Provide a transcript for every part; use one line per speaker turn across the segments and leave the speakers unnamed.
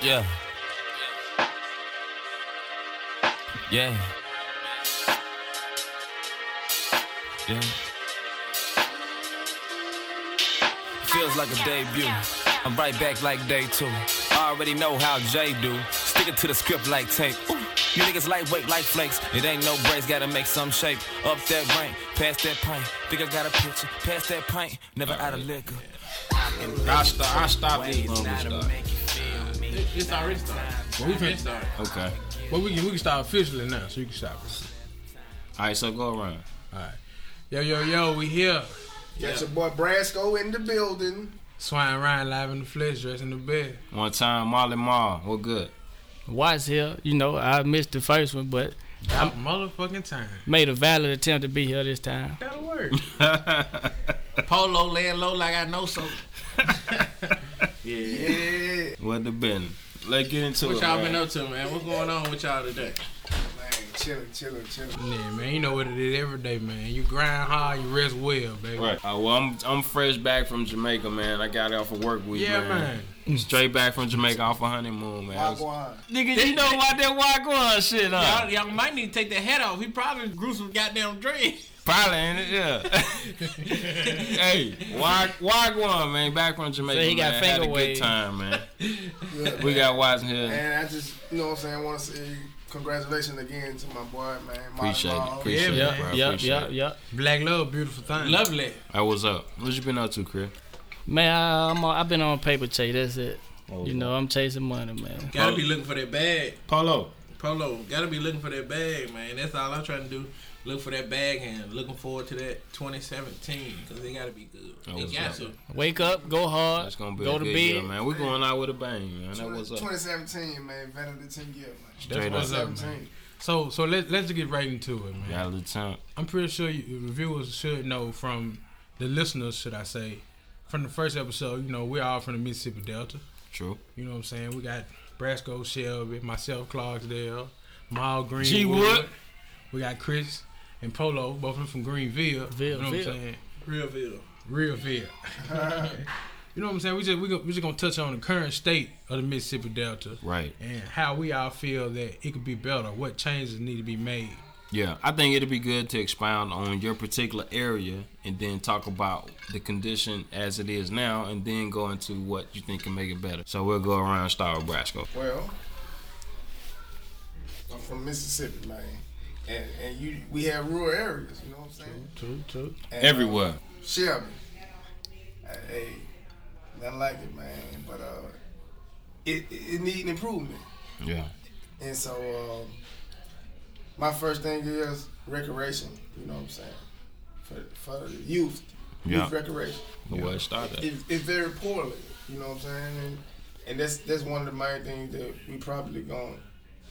Yeah. Yeah. Yeah. Feels like a debut. I'm right back like day two. I already know how Jay do. Stick it to the script like tape. Ooh. You niggas lightweight like flakes. It ain't no breaks, gotta make some shape. Up that rank, past that pint. Think I got a picture, past that pint. Never out of liquor.
I stop. I stop this motherfucker.
It's already started.
But we can,
started.
okay.
But we can we can start officially now, so you can stop. it.
All right. So go around.
All right. Yo yo yo, we here.
That's your boy Brasco in the building.
Swine Ryan live in the flesh, dressed in the bed.
One time, Molly Mar. What good?
Watts here. You know, I missed the first one, but
I'm motherfucking time.
made a valid attempt to be here this time.
That'll work.
Polo laying low like I know so.
Yeah.
What the been? Let's get into
What
it.
y'all
man.
been up to, man? What's going on with y'all today?
Man, chilling, chilling, chilling.
yeah, man, you know what it is every day, man. You grind hard, you rest well, baby.
Right. Uh, well, I'm I'm fresh back from Jamaica, man. I got off of work week,
Yeah,
man.
man.
Straight back from Jamaica off a honeymoon, man. I was-
Wagwan.
Nigga, you know why that Wagwan shit, huh?
Y'all, y'all might need to take that hat off. He probably grew some goddamn dreads.
Probably ain't it, yeah. hey, Wag- Wagwan, man. Back from Jamaica,
So he got
man. Had a
finger
good
waves.
time, man.
Look,
We got Watson here.
And I just, you know what I'm saying, want to say congratulations again to my boy, man. Marty
Appreciate it.
Ball.
Appreciate
Yep,
it, bro.
yep,
Appreciate
yep,
it.
yep.
Black love, beautiful thing.
Lovely.
Hey, what's up? What you been up to, Chris?
Man, I, I'm on, I've been on paper chase. That's it. You know, I'm chasing money, man.
Gotta be looking for that bag.
Polo.
Polo, gotta be looking for that bag, man. That's all I'm trying to do. Look for that bag and looking forward to that 2017 because they gotta be good.
That
They
was
got
up.
to.
Wake up, go hard,
That's gonna be
go
a
to
good
bed.
year, man. We going out with a bang, man. That was uh, up.
2017, man. Better than 10 years, man.
That's
Straight
what's
up.
up, man. So so let let's just get right into it, man.
Got a little time.
I'm pretty sure you, reviewers should know from the listeners, should I say, from the first episode. You know, we're all from the Mississippi Delta.
True.
You know what I'm saying? We got Brasco Shelby, myself Clarksdale, Maul Green.
G Wood.
We got Chris and Polo, both of them from Greenville.
Ville,
you know
Ville.
what I'm saying?
Real deal.
Real Ville. you know what I'm saying? We just we go, we just gonna touch on the current state of the Mississippi Delta
Right.
and how we all feel that it could be better, what changes need to be made.
Yeah, I think it'd be good to expound on your particular area and then talk about the condition as it is now and then go into what you think can make it better. So we'll go around and start with Brasco.
Well, I'm from Mississippi, man. And, and you, we have rural areas, you know what I'm saying?
True, true.
And,
Everywhere.
Shelby. Uh, Hey, nothing like it, man. But uh, it it needs improvement.
Yeah.
And so, um, my first thing is recreation. You know what I'm saying? For for the youth,
Yeah.
youth recreation.
The way it started.
It, it's very poorly. You know what I'm saying? And, and that's that's one of the main things that we probably gonna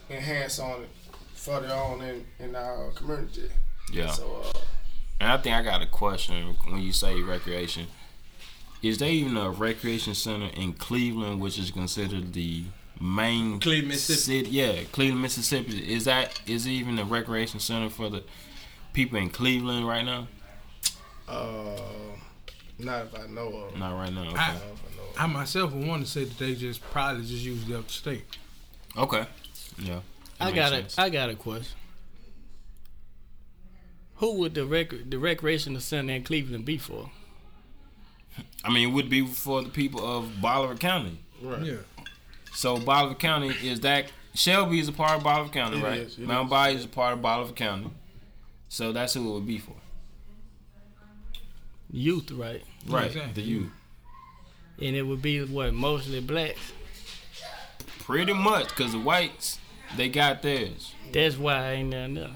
enhance on it further on in in our community.
Yeah.
So. Uh,
And I think I got a question when you say recreation. Is there even a recreation center in Cleveland, which is considered the main
Cleveland, Mississippi.
city? Yeah, Cleveland, Mississippi. Is that is there even a recreation center for the people in Cleveland right now?
uh, not if I know of.
Not right now. Okay.
I-
Not if I know of.
I myself would want to say that they just probably just use Delta State.
Okay. Yeah.
I got a, I got a question. Who would the rec- the recreational center in Cleveland be for?
I mean, it would be for the people of Bolivar County.
Yeah.
So Bolivar County is that Shelby is a part of Bolivar County,
It
right?
is, it
Mount Bayou is a part of Bolivar County. So that's who it would be for.
Youth, right?
Right.
exactly.
The youth.
And it would be what mostly blacks.
Pretty much, because the whites, they got theirs.
That's why I ain't down there.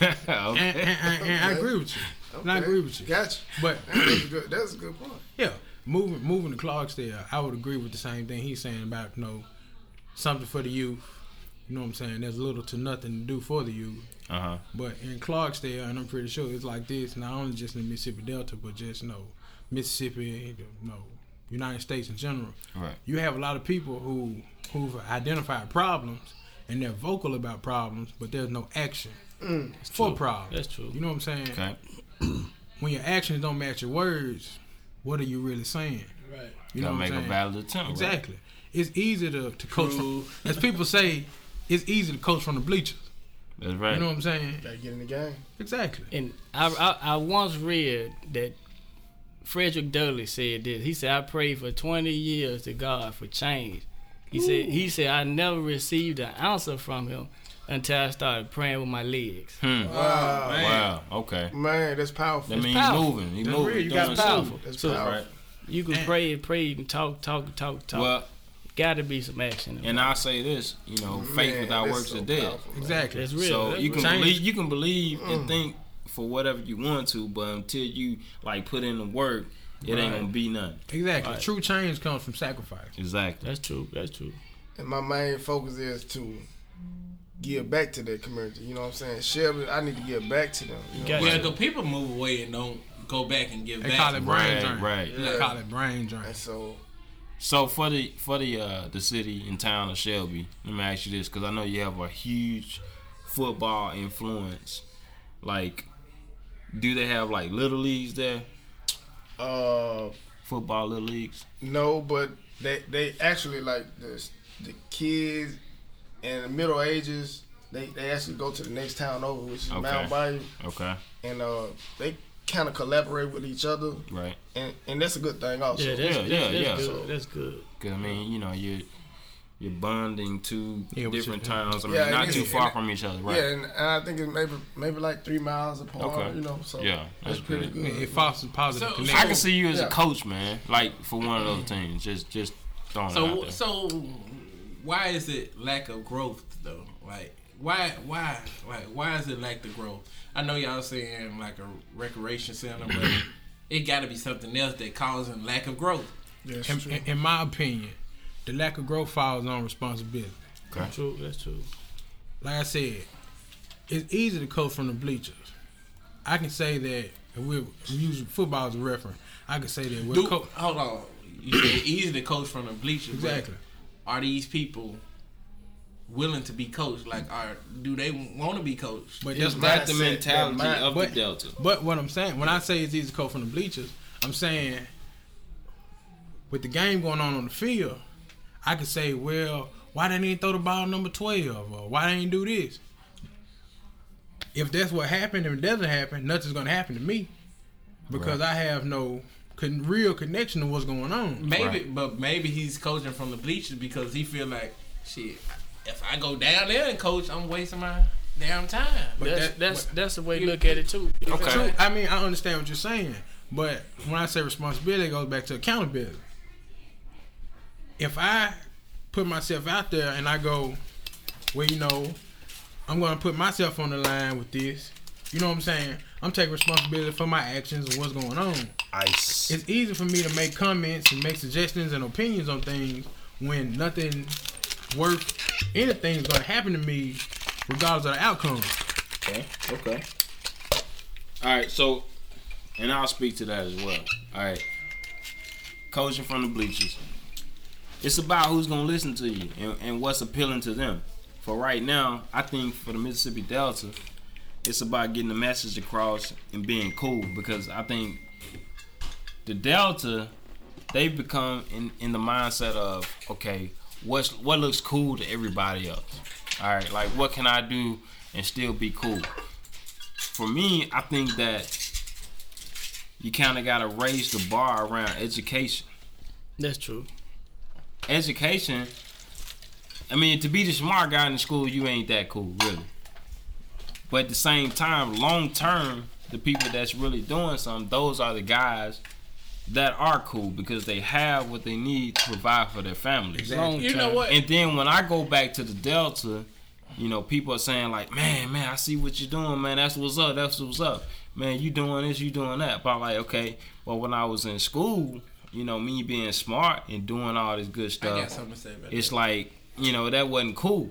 And,
okay.
and, and, and I agree with you. And I agree with you.
Gotcha.
But
That's a good, that's a good point.
yeah, moving moving to Clarksdale, I would agree with the same thing he's saying about you know something for the youth. You know what I'm saying? There's little to nothing to do for the youth.
Uh huh.
But in Clarksdale, and I'm pretty sure it's like this, not only just in the Mississippi Delta, but just you know Mississippi, you know United States in general.
Right.
you have a lot of people who who've identified problems and they're vocal about problems, but there's no action for problems.
That's true.
You know what I'm saying?
Okay.
When your actions don't match your words, what are you really saying?
Right.
You know
Gotta
what
make
I'm
a
saying?
valid attempt. right?
Exactly. it's easy to, to coach. From, as people say, it's easy to coach from the bleachers.
That's right.
You know what I'm saying?
Gotta get in the game.
Exactly.
And I, I, I once read that Frederick Douglass said this. He said, "I prayed for 20 years to God for change." He said, "He said I never received an answer from him until I started praying with my legs."
Hmm.
Wow,
Wow. Okay.
man, that's powerful.
That means he's
powerful.
moving. He's
That's
moving.
real. You
doing
got
something.
powerful.
That's
So-
powerful.
Right.
You can
Man.
pray and pray and talk, talk, talk, talk.
Well,
Got to be some action. in it.
and I say this, you know, faith
Man,
without
that's
works
so
is dead.
powerful, man.
Exactly.
That's real.
So
That's
you can
real.
Change. Mm.
believe, you can believe and think for whatever you want to, but until you like put in the work, it ain't gonna be nothing.
Exactly. True change comes from sacrifice.
Exactly.
That's true. That's true.
And my main focus is to give back to that community. You know what I'm saying? Share. with- I need to give back to them. You know?
Got
Well,
you.
the people move away and don't go back and give
They call
back.
it brain
Right.
drain.
Right.
They call it brain drain.
And so
So for the for the uh, the city and town of Shelby, let me ask you this because I know you have a huge football influence. Like, do they have like little leagues there?
uh,
Football little leagues.
No, but they they actually like the the kids and the Middle Ages. They they actually go to the next town over, which is
Okay.
Mount Bayou,
Okay.
and uh, they kind of collaborate with each other,
Right.
and and that's a good thing also.
Yeah, that's,
yeah,
that's,
yeah,
that's
yeah.
good.
So-
that's good.
Because I mean, you know, you're you're bonding two
Yeah, what
different
you-
towns. I mean,
Yeah, and
not
it's-
too far
and-
from each other,
Yeah,
right?
and, and I think it's maybe maybe like three miles apart.
Okay.
You know, so
Yeah, that's
that's, pretty
good.
good.
It fosters positive
So-
connection.
I can see you as
Yeah.
a coach, man. Like for one of those teams, just just throwing it out
So
there.
so why is it lack of growth though? Like why why like why is it lack of growth? I know y'all saying like a recreation center, but it got to be something else that causing lack of growth.
That's
in,
true.
in- in my opinion, the lack of growth falls on responsibility.
True. That's true.
Like I said, it's easy to coach from the bleachers. I can say that if we're using football as a reference, I can say that we're
Do,
co-
hold on, you said it's easy to coach from the bleachers. but
exactly.
Are these people willing to be coached? Like, are do they want to be coached?
But that's
mindset,
the mentality
that mind-
of
but-
the Delta.
But what I'm saying, when I say it's easy to coach from the bleachers, I'm saying with the game going on on the field, I could say, well, why they didn't throw the ball number 12 or why they didn't do this? If that's what happened, if it doesn't happen, nothing's going to happen to me because I have no con- real connection to what's going on.
Maybe, but maybe he's coaching from the bleachers because he feel like, shit, if I go down there and coach, I'm wasting my damn time.
But
That's
that-
that's that's the way to
you-
look at it too.
Okay.
True, I mean, I understand what you're saying, but when I say responsibility, it goes back to accountability. If I put myself out there and I go, well, you know, I'm going to put myself on the line with this, you know what I'm saying? I'm taking responsibility for my actions and what's going on.
Ice.
It's easy for me to make comments and make suggestions and opinions on things when nothing worth anything's going to happen to me, regardless of the outcome.
Okay. Okay. All right. So, and I'll speak to that as well. All right. Coaching from the bleachers. It's about who's gonna listen to you and, and what's appealing to them. For right now, I think for the Mississippi Delta, it's about getting the message across and being cool because I think the Delta they've become in, in the mindset of okay, what's what looks cool to everybody else. All right, like what can I do and still be cool? For me, I think that you kind of gotta raise the bar around education.
That's true.
Education. I mean, to be the smart guy in school, you ain't that cool, really. But at the same time, long term, the people that's really doing something, those are the guys that are cool because they have what they need to provide for their families.
Long
You
term.
know what?
And then when I go back to the Delta, you know, people are saying like, "Man, man, I see what you're doing, man. That's what's up. That's what's up, man. You doing this, you doing that." But I'm like, okay, well, when I was in school, you know, me being smart and doing all this good
I
stuff,
got something to say about
uh, it's
that.
like, you know, that wasn't cool.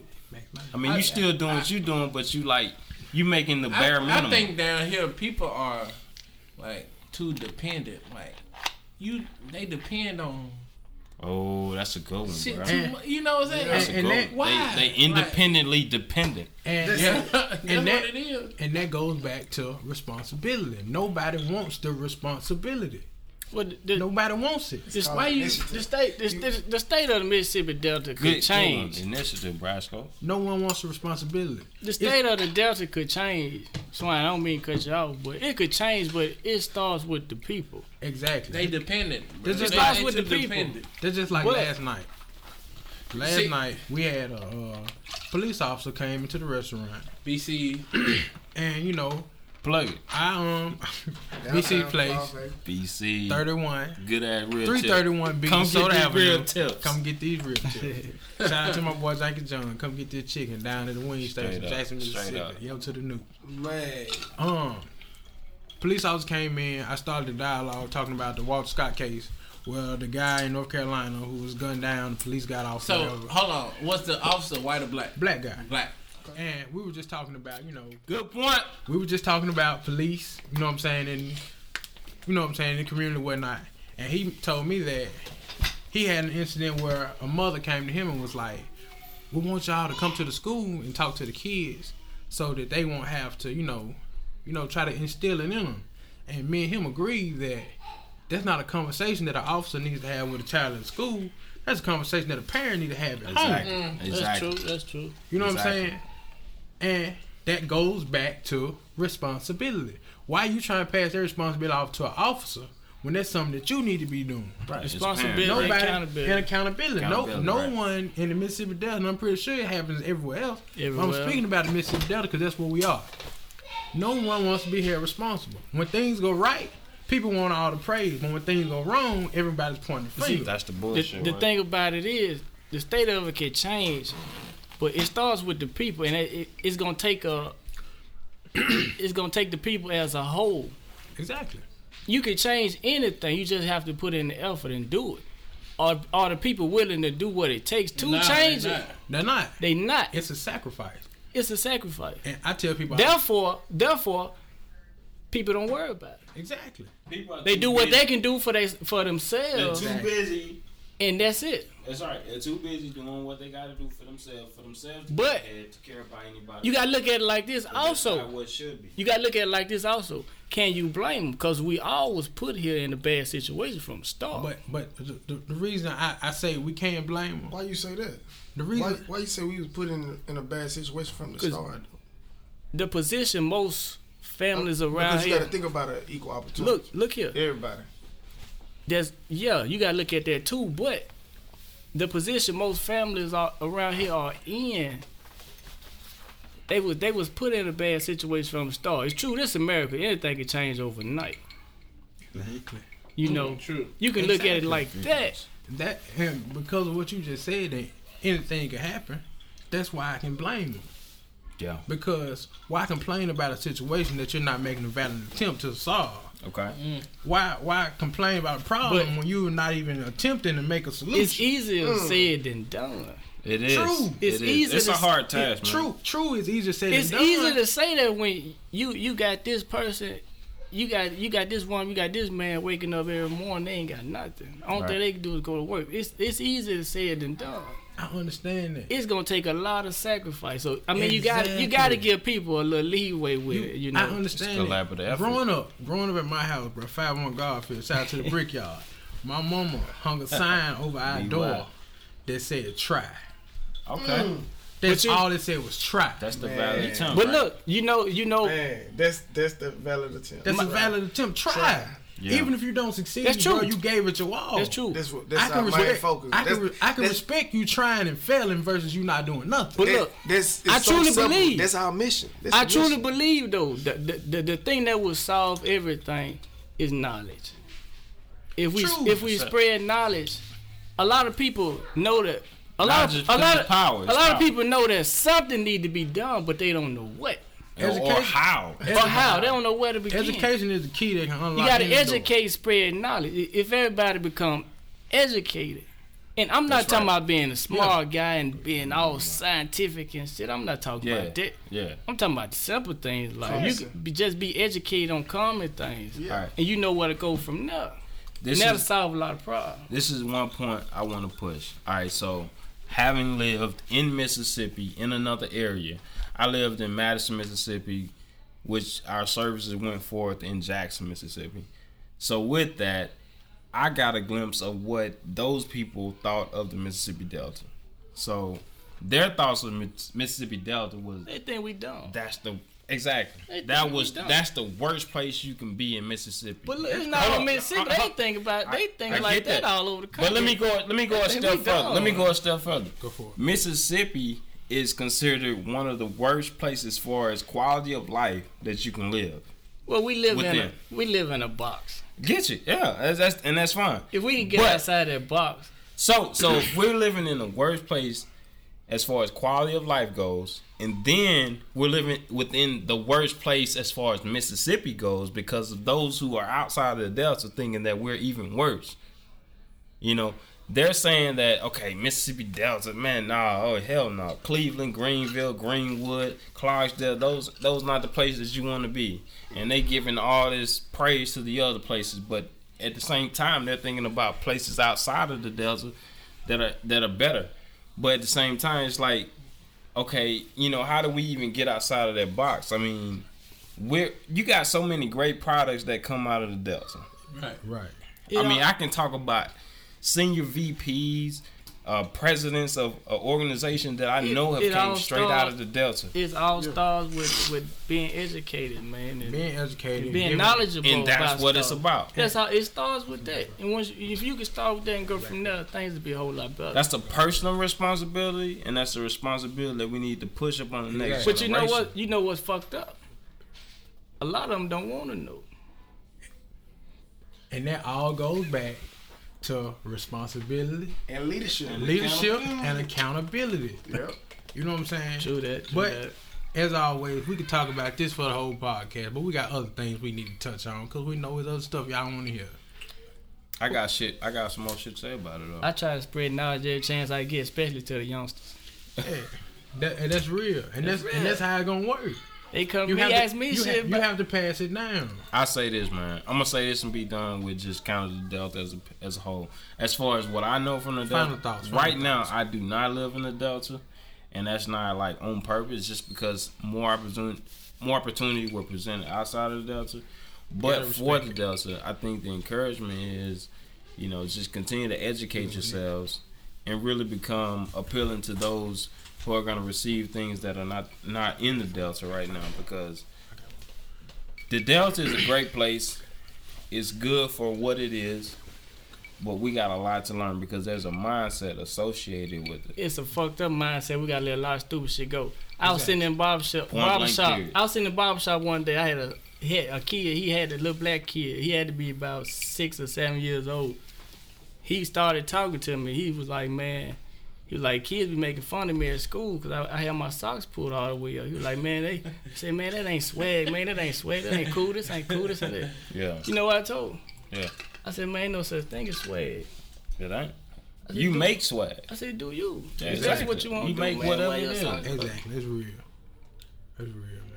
I mean, you still doing what you doing, but you like, you making the bare
I,
minimum.
I think down here people are like too dependent. Like you, they depend on
oh, that's a good one,
shit
bro.
too much. You know what I'm saying?
That's a
And- and
good
that-
one.
Why?
They, they independently dependent.
And
yeah, that's
And that-
what it is.
And that goes back to responsibility. Nobody wants the responsibility.
Well, the,
Nobody wants it.
this, why you the state this, this, the state of the Mississippi Delta could
Good
change.
job, initiative, Brasco.
No one wants the responsibility.
The state of the Delta could change. So I don't mean cut you off, but it could change. But it starts with the people.
Exactly.
They dependent. bro.
This is
They-
us
they
with
too
the people.
dependent.
That's just like
What?
last night. Last
See-
night we had a uh, police officer came into the restaurant,
BC.
and you know
Plug it.
I um BC Place
BC.
thirty one
Good ass real
three
tip.
thirty one B
Come
Soda
get these real
Avenue.
tips.
Come get these rib tips. Shout out to my boy Jackie John. Come get this chicken down at the wing station,
Straight up,
Jackson,
straight
Mississippi.
up.
Yo to the new.
Man,
Um, police officer came in. I started a dialogue talking about the Walter Scott case, where the guy in North Carolina who was gunned down, the police got off.
So
whatever.
hold on. What's the officer white or black?
black guy.
Black.
And we were just talking about, you know,
Good point.
we were just talking about police, you know what I'm saying, and you know what I'm saying, the community and whatnot. And he told me that he had an incident where a mother came to him and was like, We want y'all to come to the school and talk to the kids so that they won't have to, you know, you know, try to instill it in them. And me and him agreed that that's not a conversation that an officer needs to have with a child in school. That's a conversation that a parent need to have at home.
Exactly.
That's
Mm, exactly.
true. That's true.
You know
Exactly.
what I'm saying? And that goes back to responsibility. Why you trying to pass that responsibility off to an officer when that's something that you need to be doing?
Right. it's
Responsibility.
parents.
Nobody
accountability.
and accountability.
Accountability,
no, no
right.
one in the Mississippi Delta. And I'm pretty sure it happens everywhere else. But
Everywhere.
I'm speaking about the Mississippi Delta because that's where we are. No one wants to be held responsible. When things go right, people want all the praise. But when things go wrong, everybody's pointing the
See,
finger.
that's the
The,
bullshit.
the
right?
thing about it is, the state of it can change, but it starts with the people, and it, it, it's gonna take a. it's gonna take the people as a whole.
exactly.
You can change anything. You just have to put in the effort and do it. Are are the people willing to do what it takes to
Nah,
change
they
it?
not.
They're not.
They not.
It's a sacrifice.
It's a sacrifice.
And I tell people
Therefore, therefore, people don't worry about it.
exactly.
People are
They
too
do what
busy.
they can do for they for
They're
themselves,
too busy.
and that's it.
That's right. They're too busy doing what they got to do for themselves, for themselves. To
But-
be prepared to care about anybody.
You gotta look at it like this.
That's
Also,
not what should be.
you gotta look at it like this. Also, can you blame them? Because we always put here in a bad situation from the start.
But but the, the, the reason I, I say we can't blame them.
why you say that?
The
Why,
reason
why you say we was put in in a bad situation from the
'Cause
start?
the position most families around
Because you
here
got to think about an equal opportunity.
look look here.
everybody.
There's yeah, you gotta look at that too. But the position most families are around here are in. They was they was put in a bad situation from the start. It's true. This America, anything can change overnight. You know,
True.
you can look at it like that.
that and because of what you just said that anything could happen, that's why I can blame them.
Yeah.
Because why complain about a situation that you're not making a valid attempt to solve?
Okay.
Why why complain about a problem
But-
when you're not even attempting to make a
It's
solution?
easier said than done.
It is.
True.
It
It's
is.
easy
It's a
to-
hard task, man.
True, true is easier said
It's
than done.
easy to say that when you you got this person, you got you got this one, you got this man waking up every morning. They ain't got nothing. Only
Right.
thing they can do is go to work. It's it's easier said than done.
I understand that.
it's gonna take a lot of sacrifice. So I mean, you got to you got to
Exactly.
give people a little leeway with it. You know,
I understand.
It's
that.
collaborative effort.
Growing up, growing up at my house, bro, five on Garfield, shout out to the brickyard. My mama hung a sign over our
Be
door
wild.
that said "try."
Okay.
That's
you-
all it said was "try." That's,
That's the
Man.
valid term.
but
right?
look, you know, you know,
Man, that's that's the valid attempt.
a valid attempt. Try.
Yeah.
Even if you don't succeed,
That's
bro,
true.
you gave it your all.
that's true.
That's what that's
I can
our main
respect.
focus.
I can,
That's-
re- I can
that's-
respect you trying and failing versus you not doing nothing.
but
that-
look,
that's,
I
it's so
truly
simple.
believe-
that's our mission. That's
I
the
truly
mission.
believe though the the, the the thing that will solve everything is knowledge. If we
True.
if we spread knowledge, a lot of people know that. A lot,
Knowledge
of,
is-
a,
is
lot of,
power,
a
it's
lot of
power.
people know that something need to be done, but they don't know what
Or- or
education-
how?
or how. They don't know where to begin.
Education is the key that can unlock.
You gotta
any door.
educate, spread knowledge. I- If everybody become educated, and I'm not
That's
talking
right.
about being a smart guy and being all scientific and shit. I'm not talking
Yeah.
about that.
Yeah.
I'm talking about the simple things like you could be, just be educated on common things,
All right.
and you know where to go from there.
This
and that'll
is
solve a lot of problems.
this is one point I want to push. All right, so having lived in Mississippi in another area, I lived in Madison, Mississippi, which our services went forth in Jackson, Mississippi. So with that, I got a glimpse of what those people thought of the Mississippi Delta. So their thoughts of Miss- Mississippi Delta was
They think we dumb.
that's the exactly
They
that
think we
was
dumb.
that's the worst place you can be in Mississippi.
But look, it's not
Hold
on
on.
Mississippi.
I- I-
They think about they think
I
like
get
that. all over the country.
But let me go. Let me go
They
a
think
step
we
further. Let me
dumb.
go a step further.
Go for it.
Mississippi is considered one of the worst places as far as quality of life that you can live.
Well, we live
with
in
them.
a we live in a box.
Get you, yeah, that's, that's and that's fine.
If we can get
But-
outside that box,
So, so if we're living in the worst place as far as quality of life goes, and then we're living within the worst place as far as Mississippi goes because of those who are outside of the Delta thinking that we're even worse. You know, they're saying that okay, Mississippi Delta, man, nah, oh hell no, Cleveland, Greenville, Greenwood, Clarksdale, those those not the places you want to be, and they giving all this praise to the other places, but at the same time they're thinking about places outside of the Delta that are that are better, but at the same time it's like, okay, you know, how do we even get outside of that box? I mean, we're you got so many great products that come out of the Delta.
Right.
Right.
I mean, I can talk about senior VPs, uh, presidents of an organization that I
It-
know have
it
came
all
straight out
starts-
of the Delta.
it's all stars with with being educated, man, and being,
Being educated. giving-
knowledgeable.
And that's what it's
stuff.
about.
That's how it starts with that. And once you, if you can start with that and go from there, things will be a whole lot better.
That's a personal responsibility, and that's a responsibility that we need to push up on the next.
but you know
generation.
what? You know what's fucked up. A lot of them don't want to know.
And that all goes back to responsibility,
And leadership.
leadership, and accountability.
Yep.
You know what I'm saying?
True that. True
But
that.
as always, we could talk about this for the whole podcast, but we got other things we need to touch on because we know there's other stuff y'all want to hear.
I got shit. I got some more shit to say about it though.
I try to spread knowledge every chance I get, especially to the youngsters.
Yeah. That, and that's real, and that's,
real.
and that's how it's gonna work.
They come
You
to
have
me,
to,
ask me
you
shit.
have- you
but-
have to pass it down.
I say this, man. I'm gonna say this and be done with just kind of the Delta as a, as a whole. As far as what I know from the Delta,
Final thoughts, final
right now I do not live in the Delta, and that's not like on purpose. Just because more opportunity, more opportunity were presented outside of the Delta, but
gotta
for the
respect
Delta, I think the encouragement is, you know, just continue to
Mm-hmm.
educate yourselves and really become appealing to those who are gonna receive things that are not not in the Delta right now because the Delta is a great place. It's good for what it is, but we got a lot to learn because there's a mindset associated with it.
it's a fucked up mindset. We gotta let a lot of stupid shit go. I was sitting in barbershop,
Point blank
barbershop.
period.
I was sitting in barbershop one day. I had a had a kid. He had a little black kid. He had to be about six or seven years old. He started talking to me. He was like, man. He was like, kids be making fun of me at school because I, I had my socks pulled all the way up. He was like, man, they he said, man, that ain't swag, man, that ain't swag, that ain't cool, this ain't cool, this ain't that.
Yeah,
You know what I told? him?
yeah,
I said, man, ain't no such thing as swag.
it ain't. You make swag.
I said, do you?
Yeah,
If
exactly.
That's what you want
You
to do,
make
man.
whatever
Wear your
it is.
socks.
Exactly, that's real. That's real, man.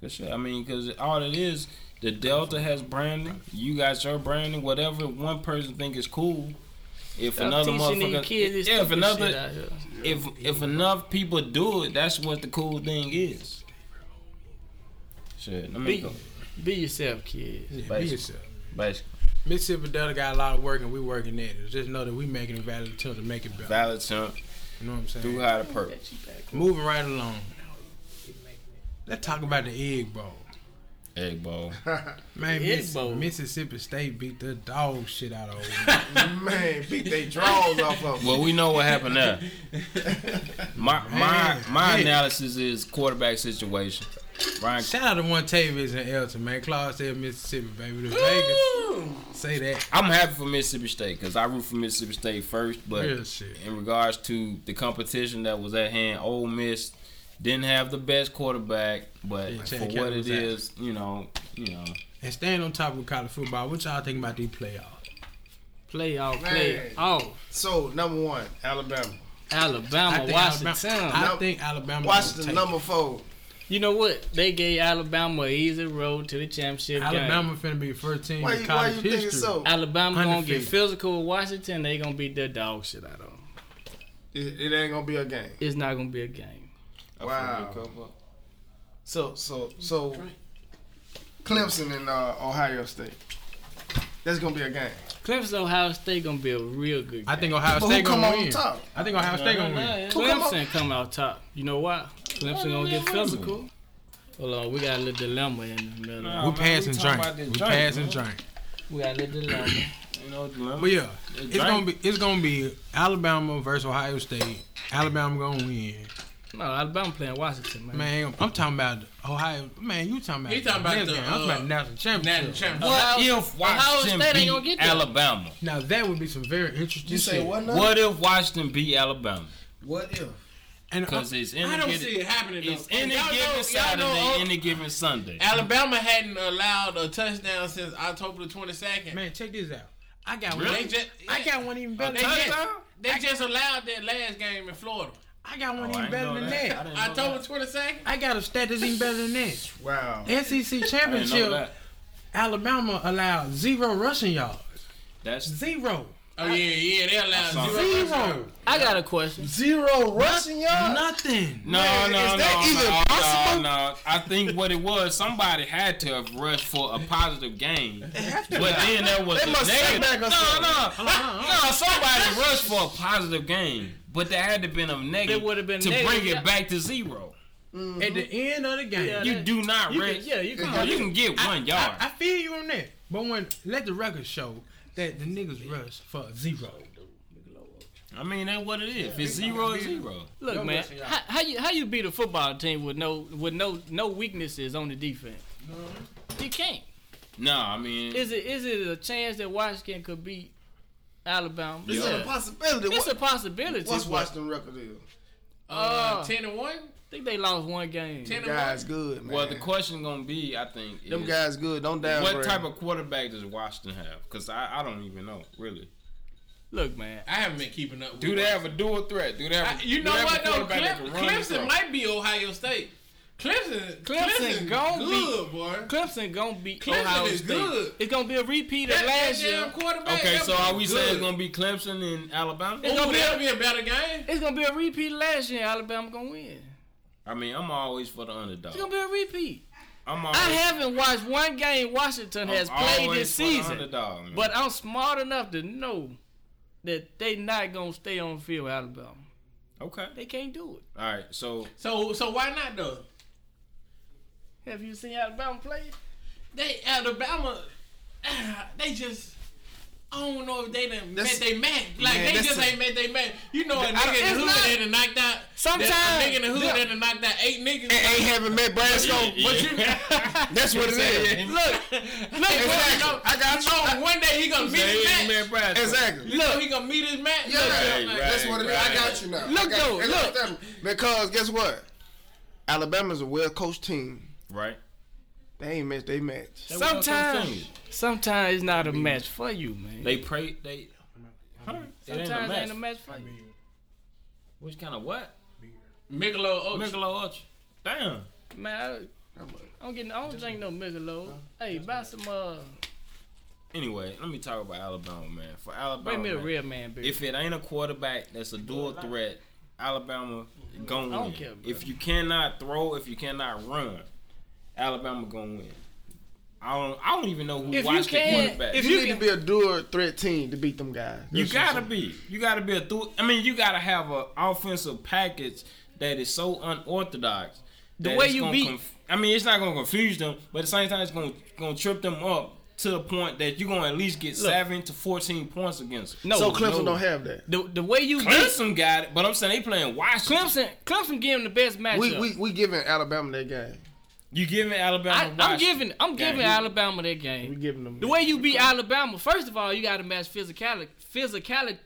Good shit. I mean, because all it is, the Delta has branding. You got your branding. Whatever one person think is cool, if
Stop
another
teaching these
motherfucker,
kids this
yeah, if
stupid shit
another,
out here.
if if enough people do it, that's what the cool thing is. Shit, let me
Be,
go.
be yourself, kids.
Yeah, be
Basically.
yourself.
Basically.
Mississippi Delta got a lot of work, and we working at it. Just know that we making it valid to make it better.
Valid temp.
You know what I'm
Do
saying?
how to purpose.
Moving right along. Let's talk about the Egg Bowl.
Egg bowl.
Man,
The Egg
Miss-
Bowl.
Mississippi State beat the dog shit out of Ole Miss.
Man, beat they draws off of 'em.
Well, we know what happened there. My my
Man,
my
man.
analysis is quarterback situation. Ryan,
Shout out to one Tavis and Elton, man. Claude said Mississippi, baby. The Vegas. Say that.
I'm happy for Mississippi State because I root for Mississippi State first. But
Real shit.
in regards to the competition that was at hand, Ole Miss didn't have the best quarterback, but
Yeah,
for
Chad
what
Kelly
it
was
is, you know, you know,
And staying on top of college football, what y'all think about these playoffs?
Play off,
Man.
play off.
So number one, Alabama.
Alabama, Washington.
Alabama, I
Nope.
think Alabama. gonna
Washington
take
number four.
You know what? They gave Alabama an easy road to the championship
it.
Alabama. game.
Alabama finna be the first team
Why
in
you, why
college
you
history.
thinking so?
Alabama gonna get
Undefeated.
physical with Washington. They gonna beat their dog shit out of them.
It, it ain't gonna be a game.
It's not gonna be a game.
Wow. So so so Clemson and uh, Ohio State. That's gonna be a game.
Clemson, Ohio State gonna be a real good. Game.
I think Ohio
But
State
who come
gonna
on
win.
top?
I think Ohio State gonna win.
Yeah,
Who come
Clemson come out top. You know why? Clemson gonna get physical. Hold on, we got a little dilemma in the middle.
Nah.
We
man,
pass
we
and
talking about
drink.
this
We
drink,
pass and
man.
drink.
We got a little dilemma.
You know,
But
dilemma.
yeah, it's gonna be it's gonna be Alabama versus Ohio State. Alabama gonna win.
No, Alabama playing Washington, man.
Man, I'm talking about Ohio. Man, you talking about?
He talking about
this
the,
game. I'm talking about
uh,
national championship.
National championship.
Ohio-
What if
Ohio
Washington
State ain't
beat
gonna get there.
Alabama?
Now that would be some very interesting.
You say
shit.
what now?
What if Washington beat Alabama?
What if?
And uh, I,
Because it's
I
any
don't see
given,
it happening. though.
it's any
Y'all know-
given
y'all know,
Saturday,
uh,
any given Sunday.
Alabama hadn't allowed a touchdown since October the twenty second.
man, check this out. I got
They
one.
just,
I got one even better.
they, just, they just allowed that last game in Florida,
I got one
Oh, I
even
ain't
better
know
than
that.
that.
I didn't know
October twenty second.
I got a stat that's even better than that.
Wow.
SEC
I didn't know
championship.
that.
Alabama allowed zero rushing yards.
That's
Zero.
Oh yeah, yeah, they allowed
That's
zero.
Zero.
I got a question.
Zero rushing yards.
Nothing.
No,
Man,
no,
is
no,
that even
no,
possible?
no, no. I think what it was, somebody had to have rushed for a positive game. But then there was
They
a
must
negative.
step back or
no,
something.
no, no. Somebody rushed for a positive game, but there had to been a negative
It would've been
to
negative,
bring it
yeah.
back to zero.
At the end of the game,
Yeah,
You
that-
do not
You
rush.
can, yeah, you can.
you can get
I-
one
I-
yard.
I, feel you on that. But when let the record show that the niggas rush for zero.
I, mean, that's what it is. If it's zero, it's zero.
Look, man, how, how you how you beat a football team with no with no no weaknesses on the defense? You can't.
No, I mean,
Is it is it a chance that Washington could beat Alabama?
It's
Yeah.
an impossibility.
It's
What,
a possibility.
what's
but
Washington record is?
Uh-huh.
Uh, ten and one.
I think they lost one game.
10 and one.
Guys, good man.
well, the question gonna be, I think,
Them
is,
guys good. Don't downgrade.
what type of quarterback does Washington have? Because I, I don't even know, really.
Look, man,
I haven't been keeping up.
Do
with
they
it.
have a dual threat? Do they have?
I-
a-
You
do
know
they have a
what though?
quarterback that
Clem-
can run the
Clemson
ball?
might be Ohio State. Clemson, Clemson,
gonna
good, boy.
Clemson gonna beat
Clemson
Ohio
is
State.
good.
It's gonna be a repeat of
That, that
last
damn
year.
quarterback.
Okay,
that
so are we
boy
saying it's
good.
gonna be Clemson and Alabama?
It's
Ooh,
gonna be
that'll
a,
be a better game?
it's gonna be a repeat of last year. Alabama gonna win.
I mean, I'm always for the underdog.
It's gonna be a repeat.
I'm always,
I haven't watched one game Washington
Oh. I'm
has played
always
this
for the
season.
underdog, man.
But I'm smart enough to know that they not gonna stay on the field with Alabama.
okay,
They can't do it.
all right. So
So so why not though?
Have you seen Alabama play?
They Alabama, ah, they just. I don't know if they done
That's-
met they match. Like
Man,
they
that's
just
a-
ain't met they match. You know a
I don't-
nigga in
it's
the
not-
hood that done knocked out.
Sometimes-
that- a nigga in the hood
Yeah.
that done knocked out eight niggas.
ain't having Matt Brasco?
Yeah,
But you, that's what it is.
Look, look,
Exactly.
look,
I got you.
know one day he gonna meet his match.
man, Brad,
Exactly.
You know he gonna meet his match.
Yeah,
Right, right,
that's what it is. I
right.
got you now. I got
Look,
you.
though, look.
That's what- because guess what? Alabama's a well-coached team.
right?
They ain't match. They match.
sometimes, sometimes it's not a match for you, man.
They pray. They it ain't
sometimes
a
it
match.
ain't a match for you.
Which kind of what?
Michelob Ultra.
Michelob Ultra. Damn.
Man, I, I'm getting. I don't drink no Michelob. Hey, buy some. Uh,
Anyway, let me talk about Alabama, man. For Alabama,
bring me a
Oh, man,
real man beer.
If it ain't a quarterback that's a dual threat, Alabama gonna win.
I don't care, bro.
if you cannot throw, if you cannot run, Alabama gonna win. I don't. I don't even know who
If you
watched the
can-
quarterback.
if
You,
You
need
can-
to be a dual threat team to beat them guys.
you
That's what I'm
gotta be. You gotta be a through. I mean, you gotta have an offensive package that is so unorthodox.
The
that
way
it's
you
gonna
beat-
Conf- I mean, it's not gonna confuse them, but at the same time, it's gonna gonna trip them up to the point that you're gonna at least get seven to fourteen points against. them.
no,
So Clemson
no.
don't have that.
The, the way you beat
Clemson got it, but I'm saying they playing Washington.
Clemson, Clemson give him the best matchup.
We, we we giving Alabama that game.
You giving Alabama?
I, I'm
Washington.
giving, I'm giving
Yeah, you-
Alabama that
We
game.
giving them
The way you beat Alabama, first of all, you got to match physicality, physicality,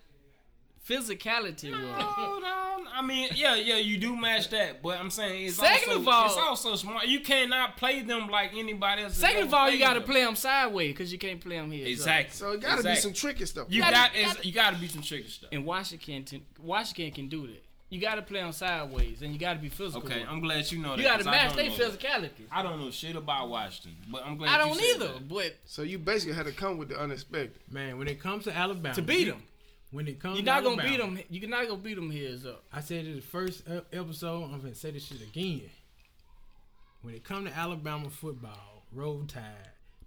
physicality. with.
Hold on. I mean, yeah, yeah, you do match that, but I'm saying it's
Second
also,
of all-
it's also smart. You cannot play them like anybody else. has
Second
ever
of all, you
played
got to
them.
play them sideways because you can't play them here. So-
Exactly.
So it gotta
exactly.
be some tricky stuff.
You
Gotta-
got is
gotta-
you got to be some tricky stuff.
And Washington, t- Washington can do that. You got to play them sideways, and you got to be physical.
Okay,
with 'em.
I'm glad you know that.
you got to
'cause I
match
don't
their
know that.
physicality.
I don't know shit about Washington, but I'm glad.
I
you
don't
said
either,
that.
but
so you basically had to come with the unexpected.
Man, when it comes to Alabama,
to beat them,
When it comes,
you're not
to
gonna beat
Alabama,
them. You're not gonna beat them here is up.
I said it in the first e- episode. I'm gonna say this shit again. When it comes to Alabama football, Roll Tide,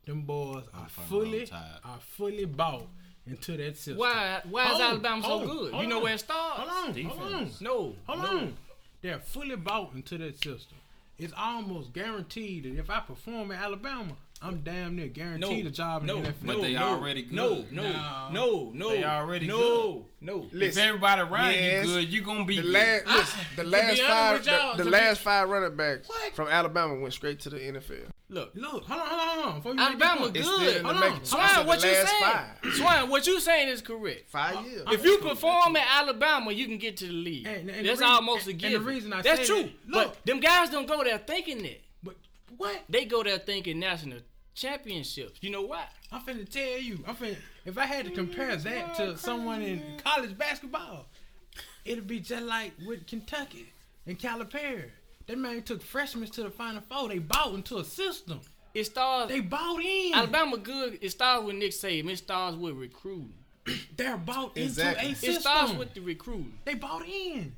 Them boys are
fucking
fully
retired.
are fully bought into that system.
Why? Why is
Hold on,
Alabama so
hold on,
good?
hold
You know
on.
where it starts.
Hold on, hold on,
Defense. No,
hold
no.
on. They're fully bought into that system. It's almost guaranteed that if I perform in Alabama, I'm damn near guaranteed a job in
no,
the NFL.
But they
no,
already
No,
good.
no, no, no.
They already
no, no.
If
Listen,
everybody around
Yes.
you good, you gonna be
the
good.
last, listen, the last
honest
five,
with y'all,
the, the
to be-
last five running backs from Alabama went straight to the NFL.
Look,
Look, hold on, hold on, hold on. Before you make your
Alabama
point.
It's still
good.
in the
Hold on.
making. I said
Swan,
the
what you
last
saying? Swan, what you saying is correct.
Five, five years.
Uh, If you perform at Alabama, you can get to the league.
And- and the
That's
reason-
almost a
and-
given.
and the reason I
That's
say
true.
that-
but
look.
them guys don't go there thinking that.
But what?
They go there thinking national championships. You know why?
I'm finna tell you. I'm finna. If I had to compare that to someone in college basketball, it'd be just like with Kentucky and Calipari. That man took freshmen to the Final Four. They bought into a system.
It starts.
They bought in.
Alabama good. It starts with Nick Saban. It starts with recruiting.
They're bought into a
Exactly. It
It
system.
starts with the recruiting.
they bought in.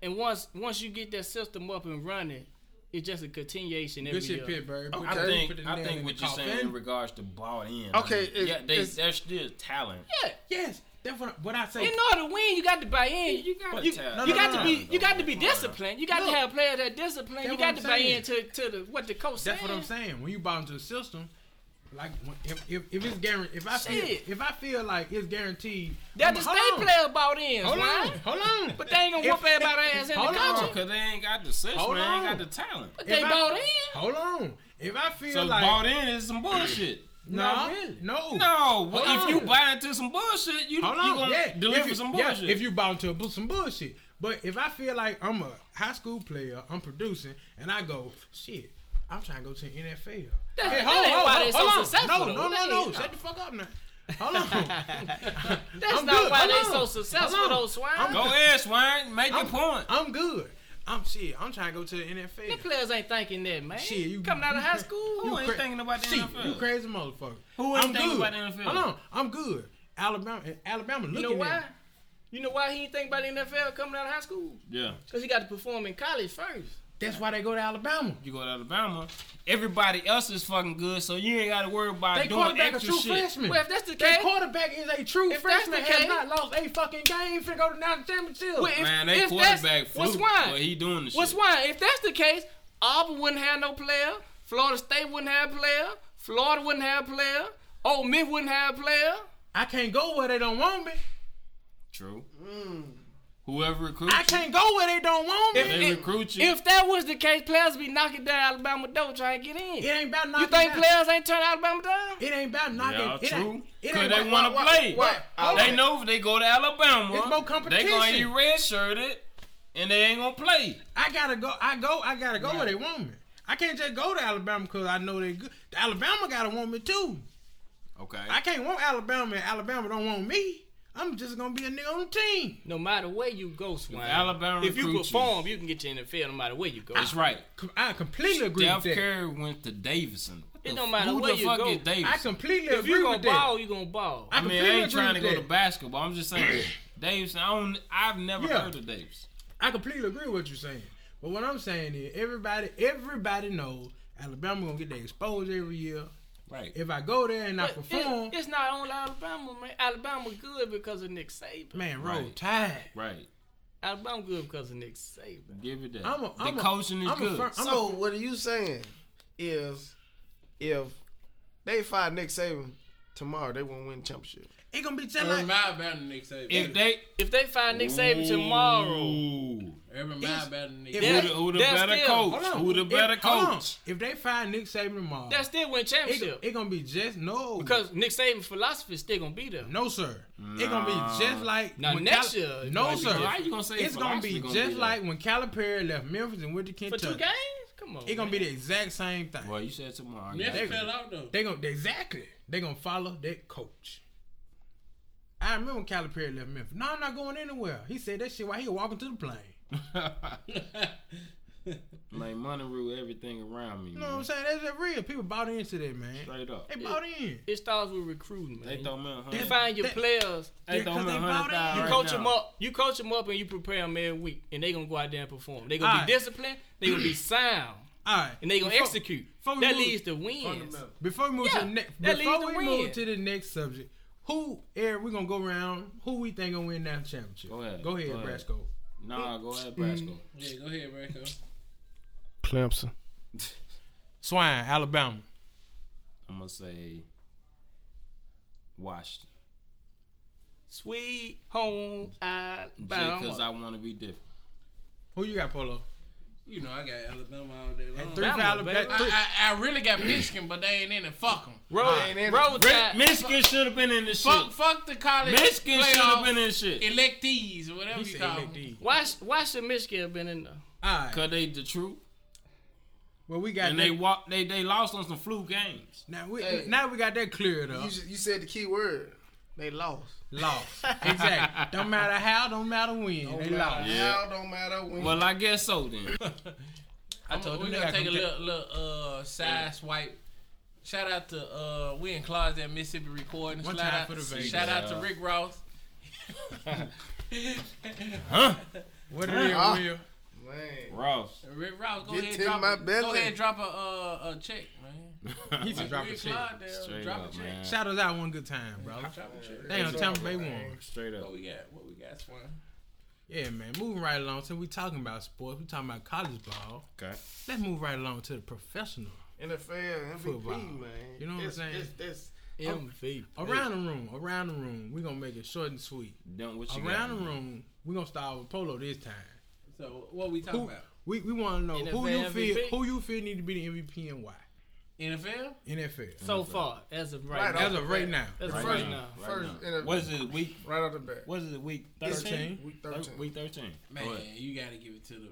And once once you get that system up and running, it's just a continuation every year.
Pittsburgh.
Put
I
Okay.
think I think what you're saying in regards to bought in.
Okay,
I mean,
it-
yeah, they
it's-
they're still talent.
Yeah.
Yes, that's what, what I say.
In order to win, you got to buy in. You
gotta
you,
tell.
No,
you
no,
got
no,
to
no,
be
no,
you got
no,
to be
no.
disciplined. You got
Look,
to have players that discipline. You
that's
got
what
to
I'm
buy
saying.
in to, to the what the coach
That's what I'm
saying.
saying. When you bought into a system, like when- if if, if it's guaranteed, if I feel
Shit.
if I feel like it's guaranteed,
That
I'ma-
the
hold
state
on.
player bought in.
Hold
Swan.
on, hold on.
But they ain't gonna whoop
If-
everybody ass in the
hold on.
country.
Oh, Cause they ain't got the system,
Hold
they ain't
on.
got the talent.
But they
If I-
bought in.
Hold on. If I feel
So
like
bought in is some bullshit.
no, no,
No, well,
Hold
if you
on.
buy into some bullshit, you you
Hold on.
gonna
yeah.
deliver
if you,
some
yeah,
bullshit.
if you bound to bu- some bullshit. But if I feel like I'm a high school player, I'm producing, and I go, shit, I'm trying to go to the NFL.
That- that ain't why they so
No, no,
successful, though.
no,
That
no.
ain't-
Shut the fuck up now. Hold on.
That's
I'm
not
good.
why
Hold
they
on.
so successful,
Hold on.
though, swine.
I'm-
Go ahead, Swine. Make your point.
I'm good. I'm shit. I'm trying to go to the NFL.
Them players ain't thinking that, man.
Shit, you-
coming out of high
you-
school.
Who
you
ain't
cra-
thinking about the
See,
NFL?
you crazy motherfucker.
Who ain't
I'm
thinking
good.
about the NFL?
Hold on, I'm good. Alabama, Alabama,
You
looking
know
at
why?
me.
You know why he ain't think about the NFL coming out of high school?
Yeah.
Because he got to perform in college first.
That's why they go to Alabama.
You go to Alabama. Everybody else is fucking good, so you ain't got to worry about
They
doing
quarterback a
extra
true
shit.
freshman.
Well, if that's the
Their
case,
quarterback is a true
If that's
freshman.
the
Has
case-
not lost a fucking game. Finna go to national championship.
Well, if-
Man, they
if that's-
quarterback
what's
fluke.
why?
But he doing the shit.
What's why? If that's the case, Auburn wouldn't have no player. Florida State wouldn't have a player. Florida wouldn't have a player. Ole Miss wouldn't have a player.
I can't go where they don't want me.
True. Whoever recruits
I can't go where they don't want me.
you, they recruit you.
If that was the case, players be knocking down Alabama door trying to get in.
it ain't about
you
knocking.
think
down.
players ain't turn Alabama down?
It ain't about knocking.
yeah,
it
true.
Ain't, it
Because
ain't
they
about-
want to
why-
play.
why- why-
They know if they go to Alabama,
It's more
they going to get
competition.
redshirted, and they ain't going to play.
I gotta go. I go. I gotta go where they want me. I can't just go to Alabama because I know they good. Alabama gotta want me too.
Okay.
I can't want Alabama and Alabama don't want me. I'm just gonna be a nigga on the team.
No matter where you go, Swan.
Alabama
If you
recruits you.
perform, you can get to NFL no matter where you go.
That's right.
Com- I completely agree
Steph
with that.
Curry went to Davidson. What
It
the
don't
f-
matter
who
where
the
you
fuck
go.
is Davidson?
I completely
If
agree
you gonna
with that.
ball, you gonna ball.
I
I mean, I
completely
ain't trying to
agree
go
with
to
that.
basketball. I'm just saying, Davis. I don't. I've never
Yeah.
heard of Davis.
I completely agree with what you're saying. But what I'm saying is everybody everybody knows Alabama gonna get their exposure every year.
Right.
If I go there and I
But
perform,
it- it's not only Alabama, man. Alabama good because of Nick Saban.
man, roll
Right.
tide.
right.
Alabama good because of Nick Saban.
Give it that.
I'm a, I'm
the
a,
coaching is
I'm
good.
A firm, I'm
So what are you saying is if they fire Nick Saban tomorrow, they won't win the championship.
a, it gonna be just
Every
like
mile better than Nick Saban.
if they
If they find Nick Saban tomorrow,
Ooh.
Every mile better than Nick
if-
who
Yeah.
the, who the
That's
better
still-
coach?
hold on,
Who the better
if, hold on.
coach?
If they fire Nick Saban tomorrow,
that still win
it,
championship
it gonna be just no
because Nick Saban's philosophy is still gonna be there.
No, sir. It's gonna be just like
Now,
when
next year, it
No,
might be
sir.
different.
Why you gonna say
It's gonna
philosophy
be
gonna
just
there?
like when Calipari left Memphis and went to
For two
Kentucky.
games, come on.
It's gonna
man.
be the exact same thing.
Well, you said tomorrow.
Saban.
Yeah.
Memphis fell out though.
They gonna they- exactly. They gonna follow that coach. I remember when Calipari left Memphis. No, I'm not going anywhere. He said that shit while he was walking to the plane.
Like money rule everything around me.
You know what I'm
man.
saying? That's just real. People bought into that, man.
Straight up.
They bought in.
It starts with recruiting, man.
They throw me a
you
hundred.
find your
that-
players,
They throw
because
me
they
a
bought
hundred
in.
thousand
you
right
coach
now.
them up, you coach them up, and you prepare them every week, and they gonna go out there and perform. They gonna
Alright.
be disciplined. They gonna be sound.
All right.
and they gonna
Before-
execute.
before we
that
move-
leads to wins.
Before we move
Yeah,
to the next,
that leads
before
to
we
win.
move to the next subject, who Eric? We're gonna go around. Who we think gonna win national championship?
Go ahead.
Go ahead,
Go ahead.
Brasco.
Nah, go ahead,
Mm-hmm.
Brasco.
Yeah, go ahead, Bracco.
Clemson.
Swine, Alabama.
I'm gonna say Washington
Sweet home
because
Alabama.
I want to be different.
Who you got, Polo?
You know I got Alabama all day long.
Three for
Alabama,
Alabama.
baby.
Three.
I, I, I really got Michigan, but they ain't in it. Fuck them.
ain't in
Road,
it.
road
Rick,
tie.
Michigan should have been in this
Fuck,
shit.
fuck the college
Michigan should have
playoff
been in this shit.
electees or whatever
He
you
said
call
Nick
them.
D.
Why, sh- why should Michigan have been in there?
All right.
Cause they the truth,
Well, we got
and they
that-
walk. They they lost on some flu games.
now. We,
Hey.
now we got that cleared up.
You, ju- you said the key word. They lost.
Lost. exactly. Don't matter how. Don't matter when. they lost.
Now don't matter when.
Well, I guess so then.
I
told
we
them they
gonna
gotta
take a
come
little, little uh, side swipe. Shout out to uh, we in Closet at Mississippi recording.
One
shout
time
out,
for the Vegas.
shout out to Rick Ross.
What it is,
Ah.
real?
Man.
Ross,
Rick Ross, go
Get
ahead,
in
drop
my
a,
belly.
go ahead, and drop a, uh, a check, man.
He's a drop
we
a
in
check.
Clydesdale,
straight
drop a
up,
check.
man.
Shout us out one good time, bro.
Drop a check.
Damn, Tampa Bay won.
man.
Straight up.
What we got? What we got, Swan?
Yeah, man. Moving right along. Since we talking about sports, we talking about college ball.
Okay.
Let's move right along to the professional.
NFL MVP,
Football.
man.
You know what I'm
It's-
saying?
it's- it's-
Oh.
MVP.
Around the room, around the room, we're gonna make it short and sweet.
Then what you
Around
got?
the room, we're gonna start with Polo this time.
So what we talking
Who,
about?
we we wanna know who
NFL
you feel
MVP?
who you feel need to be the MVP and why.
NFL?
NFL.
So far, as of right,
Right
now.
off.
As of right now.
As of
Right
right,
now.
now.
Right
first
now.
in a-
What is it? Week.
Right off the bat.
What is it? Week
Thirteen.
thirteen.
Week
Thir-
13.
Week thirteen.
Man,
Go ahead.
you gotta give it to the.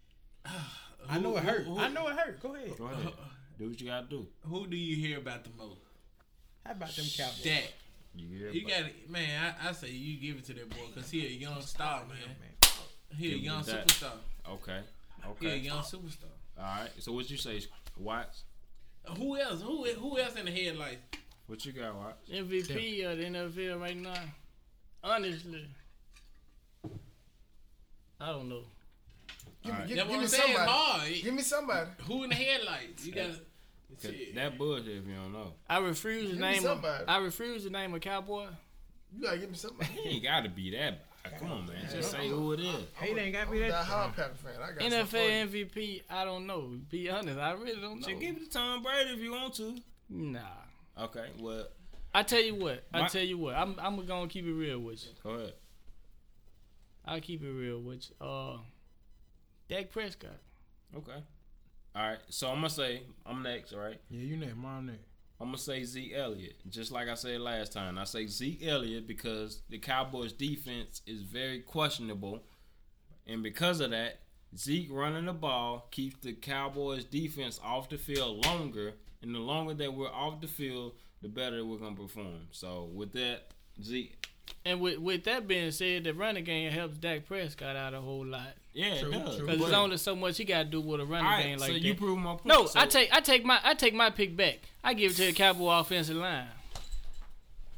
I know it
Who-
hurt.
who-
I know it hurt. Go ahead.
Go ahead. Do what you gotta do.
Who do you hear about the most?
How about them Cowboys?
Dak.
You,
You got to man. I, I say you give it to that boy because he a young star, man. He a
Give him
young
that.
superstar.
Okay.
He a
Okay.
young superstar.
All right. So what you say, Watts?
Who else? Who who else in the headlights?
What you got, Watts?
MVP of the NFL right now. Honestly, I don't know.
Give me, give, give
That's what
me
I'm saying.
somebody.
Hard.
Give me somebody.
Who in the headlights? You got to
Cause that bullshit. If you don't know,
I refuse to
me
name. A,
somebody.
I refuse to name a cowboy.
You gotta give me somebody.
he ain't gotta be that. Bad. Come on, man. Just say who it is.
Hey, they ain't got me
I'm a
that.
hard Packer fan. I got something for you.
NFL MVP. I don't know. Be honest, I really don't know.
Shit, give it to Tom Brady if you want to.
Nah.
Okay. Well,
I tell you what. I
My-
tell you what. I'm I'm gonna keep it real with you.
go ahead.
I'll keep it real with you. Uh, Dak Prescott.
Okay. All right. So I'm gonna say I'm next. All right.
Yeah, you next, mom next.
I'm gonna say Zeke Elliott, just like I said last time. I say Zeke Elliott because the Cowboys' defense is very questionable, and because of that, Zeke running the ball keeps the Cowboys' defense off the field longer, and the longer that we're off the field, the better we're gonna perform. So with that, Zeke,
And with with that being said, the running game helps Dak Prescott out a whole lot
yeah,
True,
it does.
true.
because
But-
there's only so much he got to do with a running
all right,
game like
so
that.
you prove my point.
no,
So-
I take I take my I take my pick back. I give it to the Cowboy offensive line.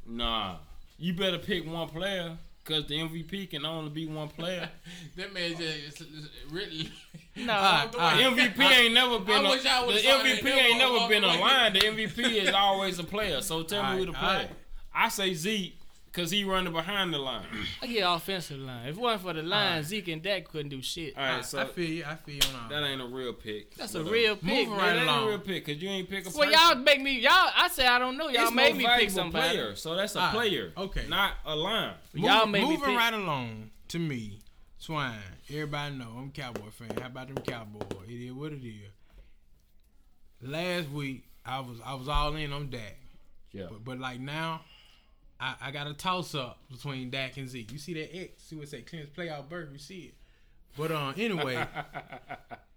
nah. You better pick one player because the MVP can only be one player.
That man just is really.
No,
The MVP ain't never been.
I
A,
wish I
the
would've saw that
MVP ain't
devil
never
walk
been a
away.
line. The MVP is always a player. So tell me who the
Aight,
player.
aight.
I say Zeke because he running behind the line.
I get offensive line. If it wasn't for the line, Zeke and Dak couldn't do shit.
All right, so
I feel you. I feel you on all.
that ain't a real pick.
That's a
Whatever.
real pick.
Moving
man.
That
right
ain't a
along.
real pick because you ain't pick a.
Well,
person.
y'all make me y'all. I say I don't know. Y'all
It's
made
no
me
valuable
pick somebody.
Player, so that's a
Aight,
player.
okay.
not a line.
Y'all
Move-
made me
moving
pick-
right along to me, Swine. Everybody know I'm a Cowboy fan. How about them Cowboy? It is what it is. Last week I was I was all in on Dak,
Yeah.
but, but like now, I, I got a toss up between Dak and Zeke. You see that X? See what say Clint's playoff birth? You see it? But uh, anyway,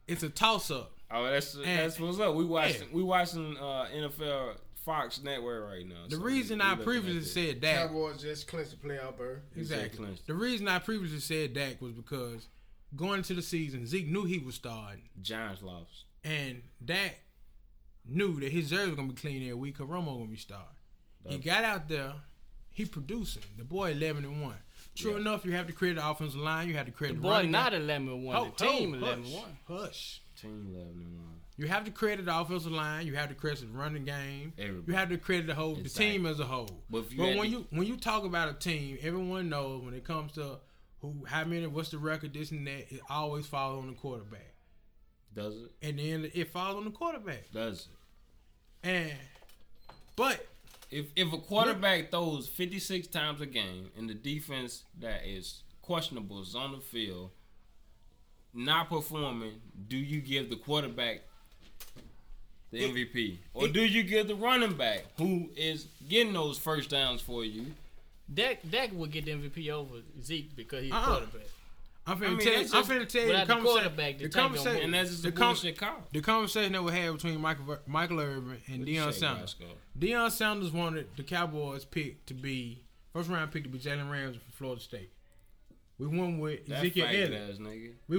it's a toss up.
Oh, that's that's
And-
what's up. We watching
Yeah.
we watching uh, NFL Fox Network right now.
The reason I previously said Dak
Cowboys just clinched the playoff berth.
Exactly.
Clinched.
The reason I previously said Dak was because going into the season, Zeke knew he was starting,
Giants lost.
and Dak knew that his jersey was gonna be clean every week. 'cause Romo gonna be starting. He got out there, he producing. The boy eleven and one. True enough, you have to create the offensive line. You have to create the,
Boy,
running
not
game.
11 1.
Ho,
the team
ho,
11
hush,
1.
Hush.
Team eleven and one.
You have to create the offensive line. You have to create the running game.
Everybody.
You have to create the whole the
Exactly.
team as a whole.
But
But,
if you had
when
to-
you when you talk about a team, everyone knows when it comes to who, how many, what's the record, this and that. It always falls on the quarterback,
Does it?
and then it falls on the quarterback.
Does it?
And but
If if a quarterback throws 56 times a game and the defense that is questionable is on the field, not performing, do you give the quarterback the MVP? Or do you give the running back who is getting those first downs for you?
Dak, Dak would get the MVP over Zeke because he's
Uh-uh.
quarterback.
I'm finna
I mean,
tell you,
that's
I'm
just-
finna tell you
without
the
the
conversation.
quarterback, the
the
team don't
conversation-
win.
And that's just
the
a
con-
bullshit call.
the conversation that we had between Michael Ver- Michael Irvin and Deion Sanders. Deion Sanders wanted the Cowboys pick to be first round pick to be Jalen Ramsey from Florida State. We won with
That
Ezekiel
faggot
Elliott.
ass nigga.
We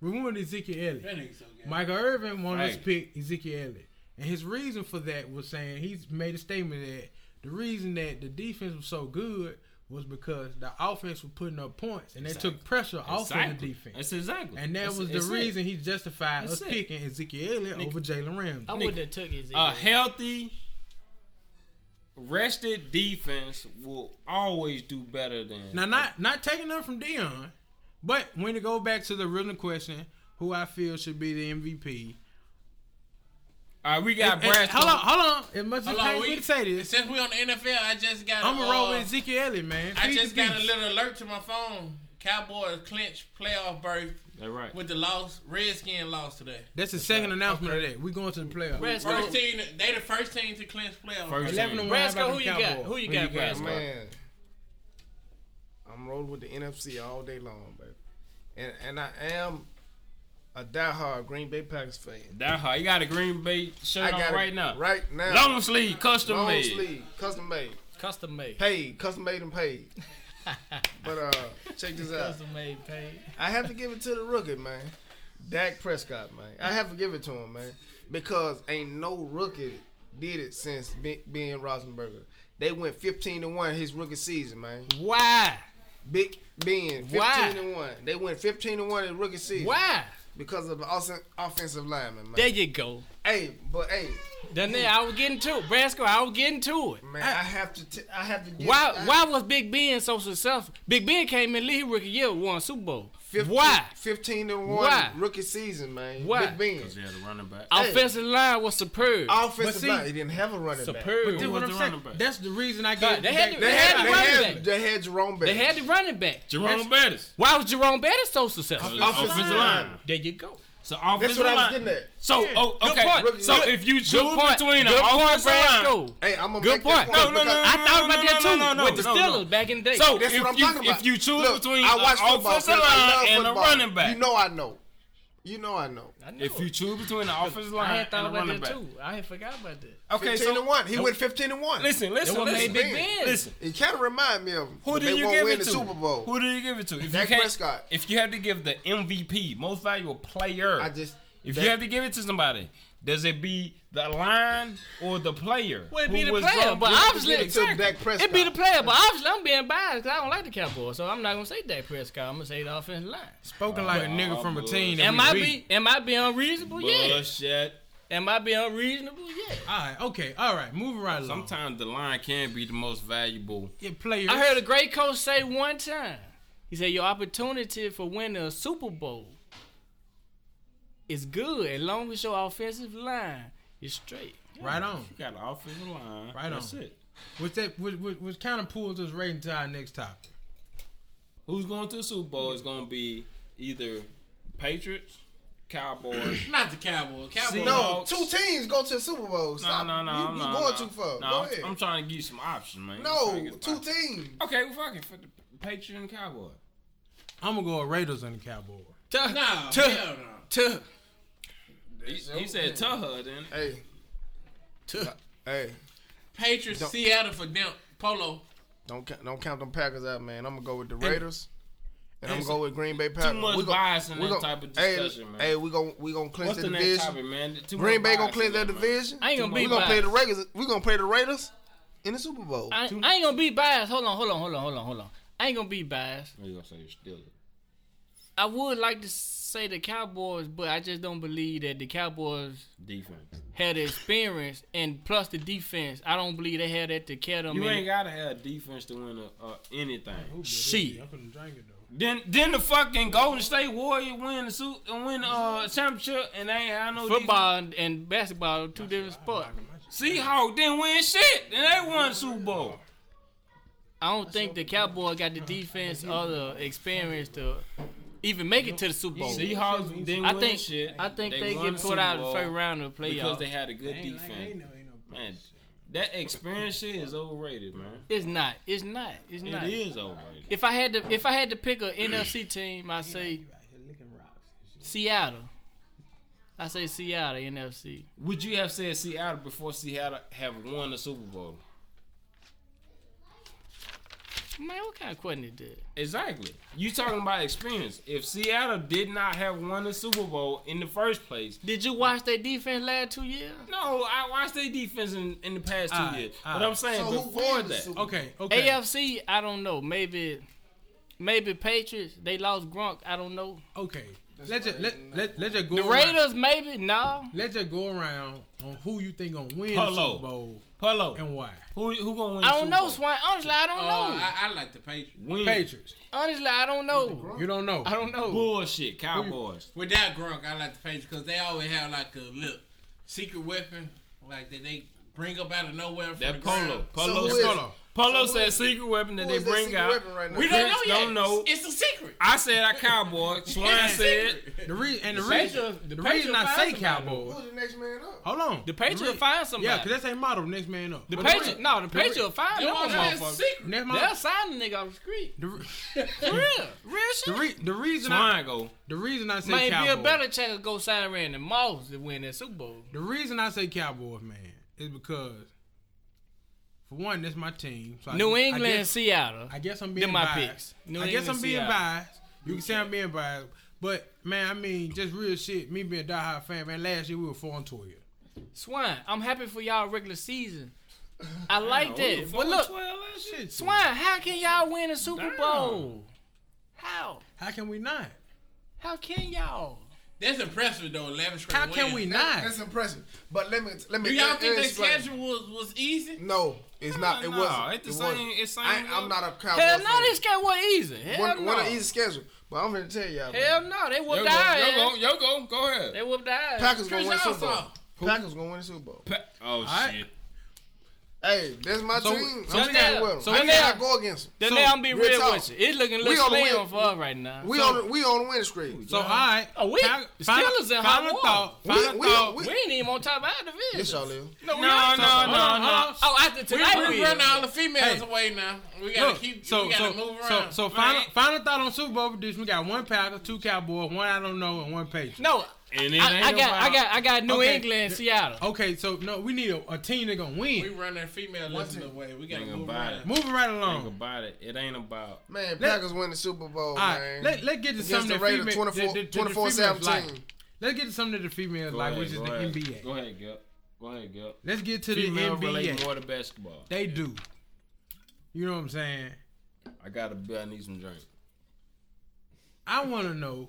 we won with Ezekiel Elliott.
That nigga so good.
Michael Irvin wanted us to
Faggot.
pick Ezekiel Elliott, and his reason for that was saying he's made a statement that the reason that the defense was so good was because the offense was putting up points and they took pressure off of the
Exactly.
defense.
That's exactly.
And that
That's-
was the
that's it.
reason he justified
That's
us
it.
picking Ezekiel Elliott over Jalen Ramsey.
I wouldn't have took his
A healthy, rested defense will always do better than
Now, not not taking them from Dion, but when it go back to the original question, who I feel should be the MVP.
All right, we got
And-
Brad.
hold on, hold on. As much as
Hold on,
pains me
we,
to say this,
since we on the NFL, I just got.
I'm gonna roll
uh,
with Ezekiel Elliott, man.
I
Feed
just
the
got a
beast.
little alert to my phone. Cowboys clinch playoff berth
That's right.
with the loss. Redskin lost today.
That's the second announcement of that. We going to the playoffs.
Brad-
First team, they the first team to clinch playoff.
First
berth.
team.
11 to 1.
Brasco,
how about the
who you got?
Cowboys?
Who you got,
got?
Brasco?
Man, I'm rolling with the NFC all day long, baby. And and I am a diehard Green Bay Packers fan.
That hard. You got a Green Bay shirt
I got
on
it
right now.
Right now.
Long sleeve, custom
Long
made.
sleeve, custom made,
Custom made.
paid, custom made and paid. but uh, check this out.
Custom made paid.
I have to give it to the rookie, man. Dak Prescott, man. I have to give it to him, man. Because ain't no rookie did it since be- being Rosenberger. They went 15 to 1 his rookie season, man.
Why?
Big Ben, 15
Why?
to 1. They went 15 to 1 in rookie season.
Why?
Because of the offen- offensive lineman, man.
There you go.
hey, but hey,
Then there, I was getting to it. Brasco, I was getting to it.
man, I, have to t- I have to give
Why
I-
why was Big Ben so successful? Big Ben came in league rookie year, won Super Bowl.
15,
Why?
15 to 1
Why?
rookie season, man.
Why?
Big Ben.
Cause they had a running back.
Offensive line was superb.
Offensive
see-
line, he didn't have a running back.
Superb.
Dude,
Who was
what I'm
the
saying,
running back?
that's the reason I
Nah,
get.
they had to-
They,
They
had,
had the
they,
running
had,
back.
they had Jerome Bettis.
They had the running back.
Jerome Bettis.
Why was Jerome Bettis so successful?
Offensive
offensive
line.
line.
There you go.
So
That's
offensive
what I was
line.
getting at.
So oh,
Good
okay.
point.
So
Good-
if you choose
Good point.
between an
Good point,
offensive line,
Brasco.
Hey, I'm gonna
Good
make
point.
This
No, no,
because
no, no.
I thought about that too
No, no, no,
with the
no,
Steelers
no.
back in the day.
so
That's
if
what I'm
you
talking about.
if you choose
Look,
between
I
an
watch football
offensive
'cause I
line
love
and a
football.
running back,
You know I know. You know I know.
I know.
if you choose between an offensive
I
line
had
and
thought
a
about
running
that
back,
too. I had forgot about that.
okay.
15 to
So
1. He went 15 to 1.
listen,
That
listen,
what made Big
listen,
Ben.
listen.
You can't remind me of him.
Who
but
do
they
you
won't
give
win
it
the
to?
Super Bowl.
Who do you give it to? If
Dak
you can't-
Prescott.
If you had to give the MVP, most valuable player,
I just
if
that-
you had to give it to somebody, does it be the line or the player?
Well, it'd be
who
the
was
player,
drunk?
but
Yeah.
obviously,
give it to
exactly.
Dak Prescott.
it'd be the player, but obviously, I'm being biased because I don't like the Cowboys, so I'm not gonna say Dak Prescott. I'm gonna say the offensive line.
Spoken
Oh,
like a nigga from a team. that
Am
we
I
beat.
be? Am I being unreasonable? Yeah.
Bullshit.
Am I being unreasonable? Yeah.
All right, okay, all right. Moving right along.
Sometimes the line can be the most valuable.
yeah, players.
I heard a great coach say one time. He said your opportunity for winning a Super Bowl is good as long as your offensive line is straight.
right on.
You got an offensive line.
Right
That's
on.
it.
Which that which, which, which kind of pulls us right into our next topic.
Who's going to the Super Bowl is going to be either Patriots, Cowboys.
Not the Cowboys. Cowboys.
No,
Seahawks.
two teams go to the Super Bowl.
no,
Stop.
no, no.
You, you
no, no.
going too far.
No,
go
I'm-
ahead.
I'm trying to give you some options, man. I'm trying to
no,
get
two
some options.
teams.
Okay, well, fuck it. For the Patriots and Cowboys.
I'm gonna go with Raiders and the Cowboys.
Tuh,
No,
tuh,
hell no.
tuh.
He, he said Tuha, then.
Hey, hey,
Patriots,
Don't-
Seattle for them. Polo.
don't ca- don't count them Packers out, man. I'm gonna go with the Raiders. And I'm gonna go with Green Bay Packers.
much
We gon-
bias in
we
that
gon-
type of
hey,
discussion, man.
Hey, we gonna we gonna clinch
What's
the
the next
division.
topic, man? Too much
Green Bay gonna
bias
clear
in
their
there, man.
division.
I ain't gonna
we
be
gonna play the
biased.
Raiders. We gonna play the Raiders in the Super Bowl.
I, I ain't gonna be biased. Hold on, hold on, hold on, hold on, hold on. I ain't gonna be biased.
You gonna say you're still it?
I would like to say the Cowboys, but I just don't believe that the Cowboys
Defense.
had the experience and plus the defense. I don't believe they had that to carry them.
You
in.
ain't gotta have defense to win a, a anything.
Shit.
I couldn't drink it though.
Then, then the fucking Golden State Warrior win the suit and win uh championship, and they ain't have no
Football and, and basketball are two different sports.
Defense. Seahawks didn't win shit, and they won the Super Bowl.
I don't think the Cowboys got the defense or the experience to even make it to the Super Bowl.
Seahawks didn't
I
win
think
shit.
I think they,
won
get
the
put
Super
out in the
Bowl
first round of the
because
playoffs.
they had a good
Ain't like, ain't
defense.
no, ain't no.
Man, that experience shit is overrated, man.
it's not. It's not. It's
It
not.
is overrated.
If I had to, if I had to pick a NFC team, I say
You out here licking rocks. and shit.
Seattle. I say Seattle NFC.
Would you have said Seattle before Seattle have won the Super Bowl?
Man, what kind of question is that?
Exactly. You talking about experience? If Seattle did not have won the Super Bowl in the first place,
Did you watch their defense last two years?
no, I watched their defense in, in the past two
Alright,
years.
alright.
But I'm saying
So Oh, who
before
wins the
that,
Super
Okay, okay.
AFC, I don't know. Maybe, maybe Patriots. They lost Gronk. I don't know.
Okay. Let's just, let, let, let's just go
The
around.
Raiders, maybe. No.
Let's just go around on who you think gonna win
Hello.
the Super Bowl
Polo,
and why.
who who gonna win?
I
the
don't
Super
know,
Bowl?
Swan. Honestly, I don't
Uh,
know.
I, I like the Patriots
Win.
Patriots.
Honestly, I don't know.
You don't know.
I don't know.
Bullshit, Cowboys.
without Gronk. I like the Patriots because they always have like a little secret weapon, like that they bring up out of nowhere. From the
That
ground.
Polo. Polo.
who
said-
is-
Polo,
so who
said
is-
secret weapon that
who
they
is that
bring
secret
out.
weapon right now?
We don't know
Prince
yet.
don't know.
It's a secret.
I said I Cowboy. Swan
It's a
said
secret.
The, re- and the,
Patriots-
reason, the,
the
reason I
Patriots
say
find somebody.
Cowboys.
Who's the next man up?
Hold on.
The Patriots
reason-
find somebody.
Yeah, because that's ain't motto. Next man up.
The
But
Patriots,
re-
no, the
the re-
Patriots fired
They
them
don't know it's a
motherfuckers.
secret.
Next
They'll
man.
sign the nigga off the street.
The, re-
For real, real
the,
shit.
re- the reason I
Swan go.
the reason I say
Might be
Cowboys.
a better check to go sign Randy Moss to win that Super Bowl.
The reason I say Cowboys, man, is because for one, that's my team. So I-
New
I
England,
guess-
Seattle.
I guess I'm
Them
being
my
biased.
picks. New
I guess
England,
I'm being
Seattle.
biased. You can say I'm being biased, but man, I mean, just real shit. Me being a diehard fan, man. Last year we were four and twelve.
Swine, I'm happy for y'all regular season. I like that. But look,
Shit,
Swine, how can y'all win a Super
Damn.
Bowl? How?
How can we not?
How can y'all?
That's impressive though. Eleven straight.
How can
wins.
we
That-
not?
That's impressive. But let me let me.
Do y'all
let-
think
let
their
me explain.
schedule was, was easy?
No, it's not. It
no,
wasn't.
it's the
it
same-
Wasn't.
it's same
I, ain't- I'm
as-
not a cowboy.
Hell no,
fan.
this guy was easy. Hell
One,
no.
one of easy schedule. But I'm gonna tell y'all. man.
Hell no, they
Yo
whooped
go,
our ass.
yo go, yo go, go ahead.
They whooped our ass.
Packers gonna win
Chris
Super Bowl.
Johnson.
Packers gonna win the Super Bowl.
Pa- oh
right.
shit.
Hey, that's my
So-
team.
so
I'm
we
standing
got-
with them.
so
I
we
gotta
got-
go against them.
Then
So,
they I'm be
real
real
talk.
with you. It's looking a
We
little
on the
slim
win-
for us right now.
We on the, we on the win streak.
So all right.
Oh, we-
Final-
the
final-
Steelers in hot
Final
water.
thought.
We-
Final
we-
thought.
we ain't even on top of our division.
Yes, y'all live.
No, we
No,
not.
no, no, no.
Oh, after tonight
We
we,
run all the females
Hey.
away now. We gotta
Look,
keep.
so
we gotta
so
move
so
around.
so
Man.
final final thought on Super Bowl prediction. We got one Packers, two Cowboys, one I don't know, and one Patriots.
No,
And it
I,
ain't
I got,
about-
I got, I got New
Okay.
England, and Seattle.
Okay, so no, we need a, a team that gonna win.
we run that female listen away. We gotta
Nigga,
move
bye.
around.
Moving right
Think
along.
about it. It ain't about
Man, Packers win the Super Bowl,
All right,
man.
let, let's get to
Against
something
the
that
Raiders,
female-
24
that- that- that the
24
females like.
17.
Let's get to something that the females
Go
like,
ahead,
which is
go
the
ahead.
NBA.
Go ahead, Gil. Go ahead, Gil.
Let's get to
Female
the NBA.
relate more to basketball.
They do. You know what I'm saying?
I gotta be. I need some drink.
I want to know,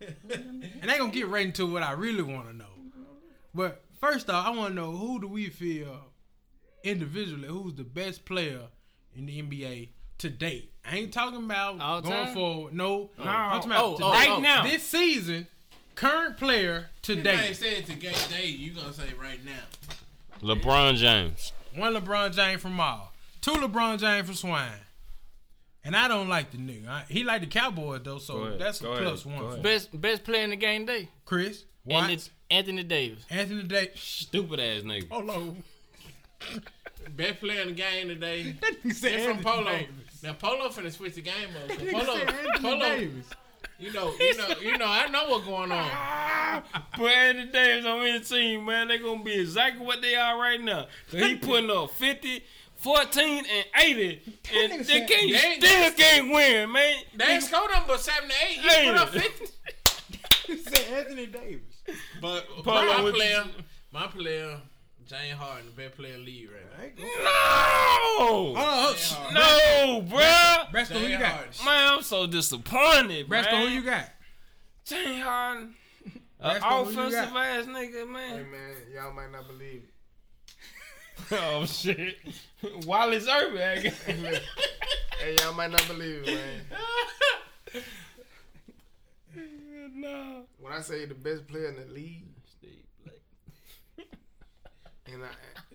and they gonna get right into what I really want to know. But first off, I want to know who do we feel individually who's the best player in the NBA to date? I ain't talking about
All
going
time?
forward. No, I'm talking
Oh,
about
oh,
today.
oh.
now.
this season, current player to
You ain't
date.
said to gay day. You gonna say right now?
LeBron James.
One LeBron James from all, two LeBron James from Swine. And I don't like the nigga. I- he like the Cowboys though, so
Go ahead,
that's a
go ahead,
plus
go
one.
ahead.
For me.
Best, best player in the game day.
Chris
And
Watts,
it's Anthony Davis.
Anthony Davis.
Stupid ass nigga.
Hold on.
Best player in the game today.
That nigga said
They're from
Anthony
Polo.
Davis.
Now Polo finna switch the game up.
Nigga
Polo,
said Anthony
Polo.
Davis.
You know, you know, you know. I know what's going on.
Put Anthony Davis on any team, man. They gonna be exactly what they are right now. 'Cause he putting up 50, 14, and 80. And
nigga
they
said-
can't,
They-
still can't win, man.
They ain't scored number seven to eight. You
Hey.
put up fifty.
He said Anthony Davis.
But
Polo
my
with-
player, my player Jane Harden, the best player in the league right now.
No,
Oh, sh-
no, bruh.
Bresco, who you
Jane
got?
Harden.
Man, I'm so disappointed,
Bresco,
man.
who you got?
Jay Harden, an
Bresco, who you
offensive
got?
ass nigga,
Hey
man.
man, y'all might not believe it.
oh shit, Wallace Irving.
Hey, y'all might not believe it, man.
no.
When I say the best player in the league, and I,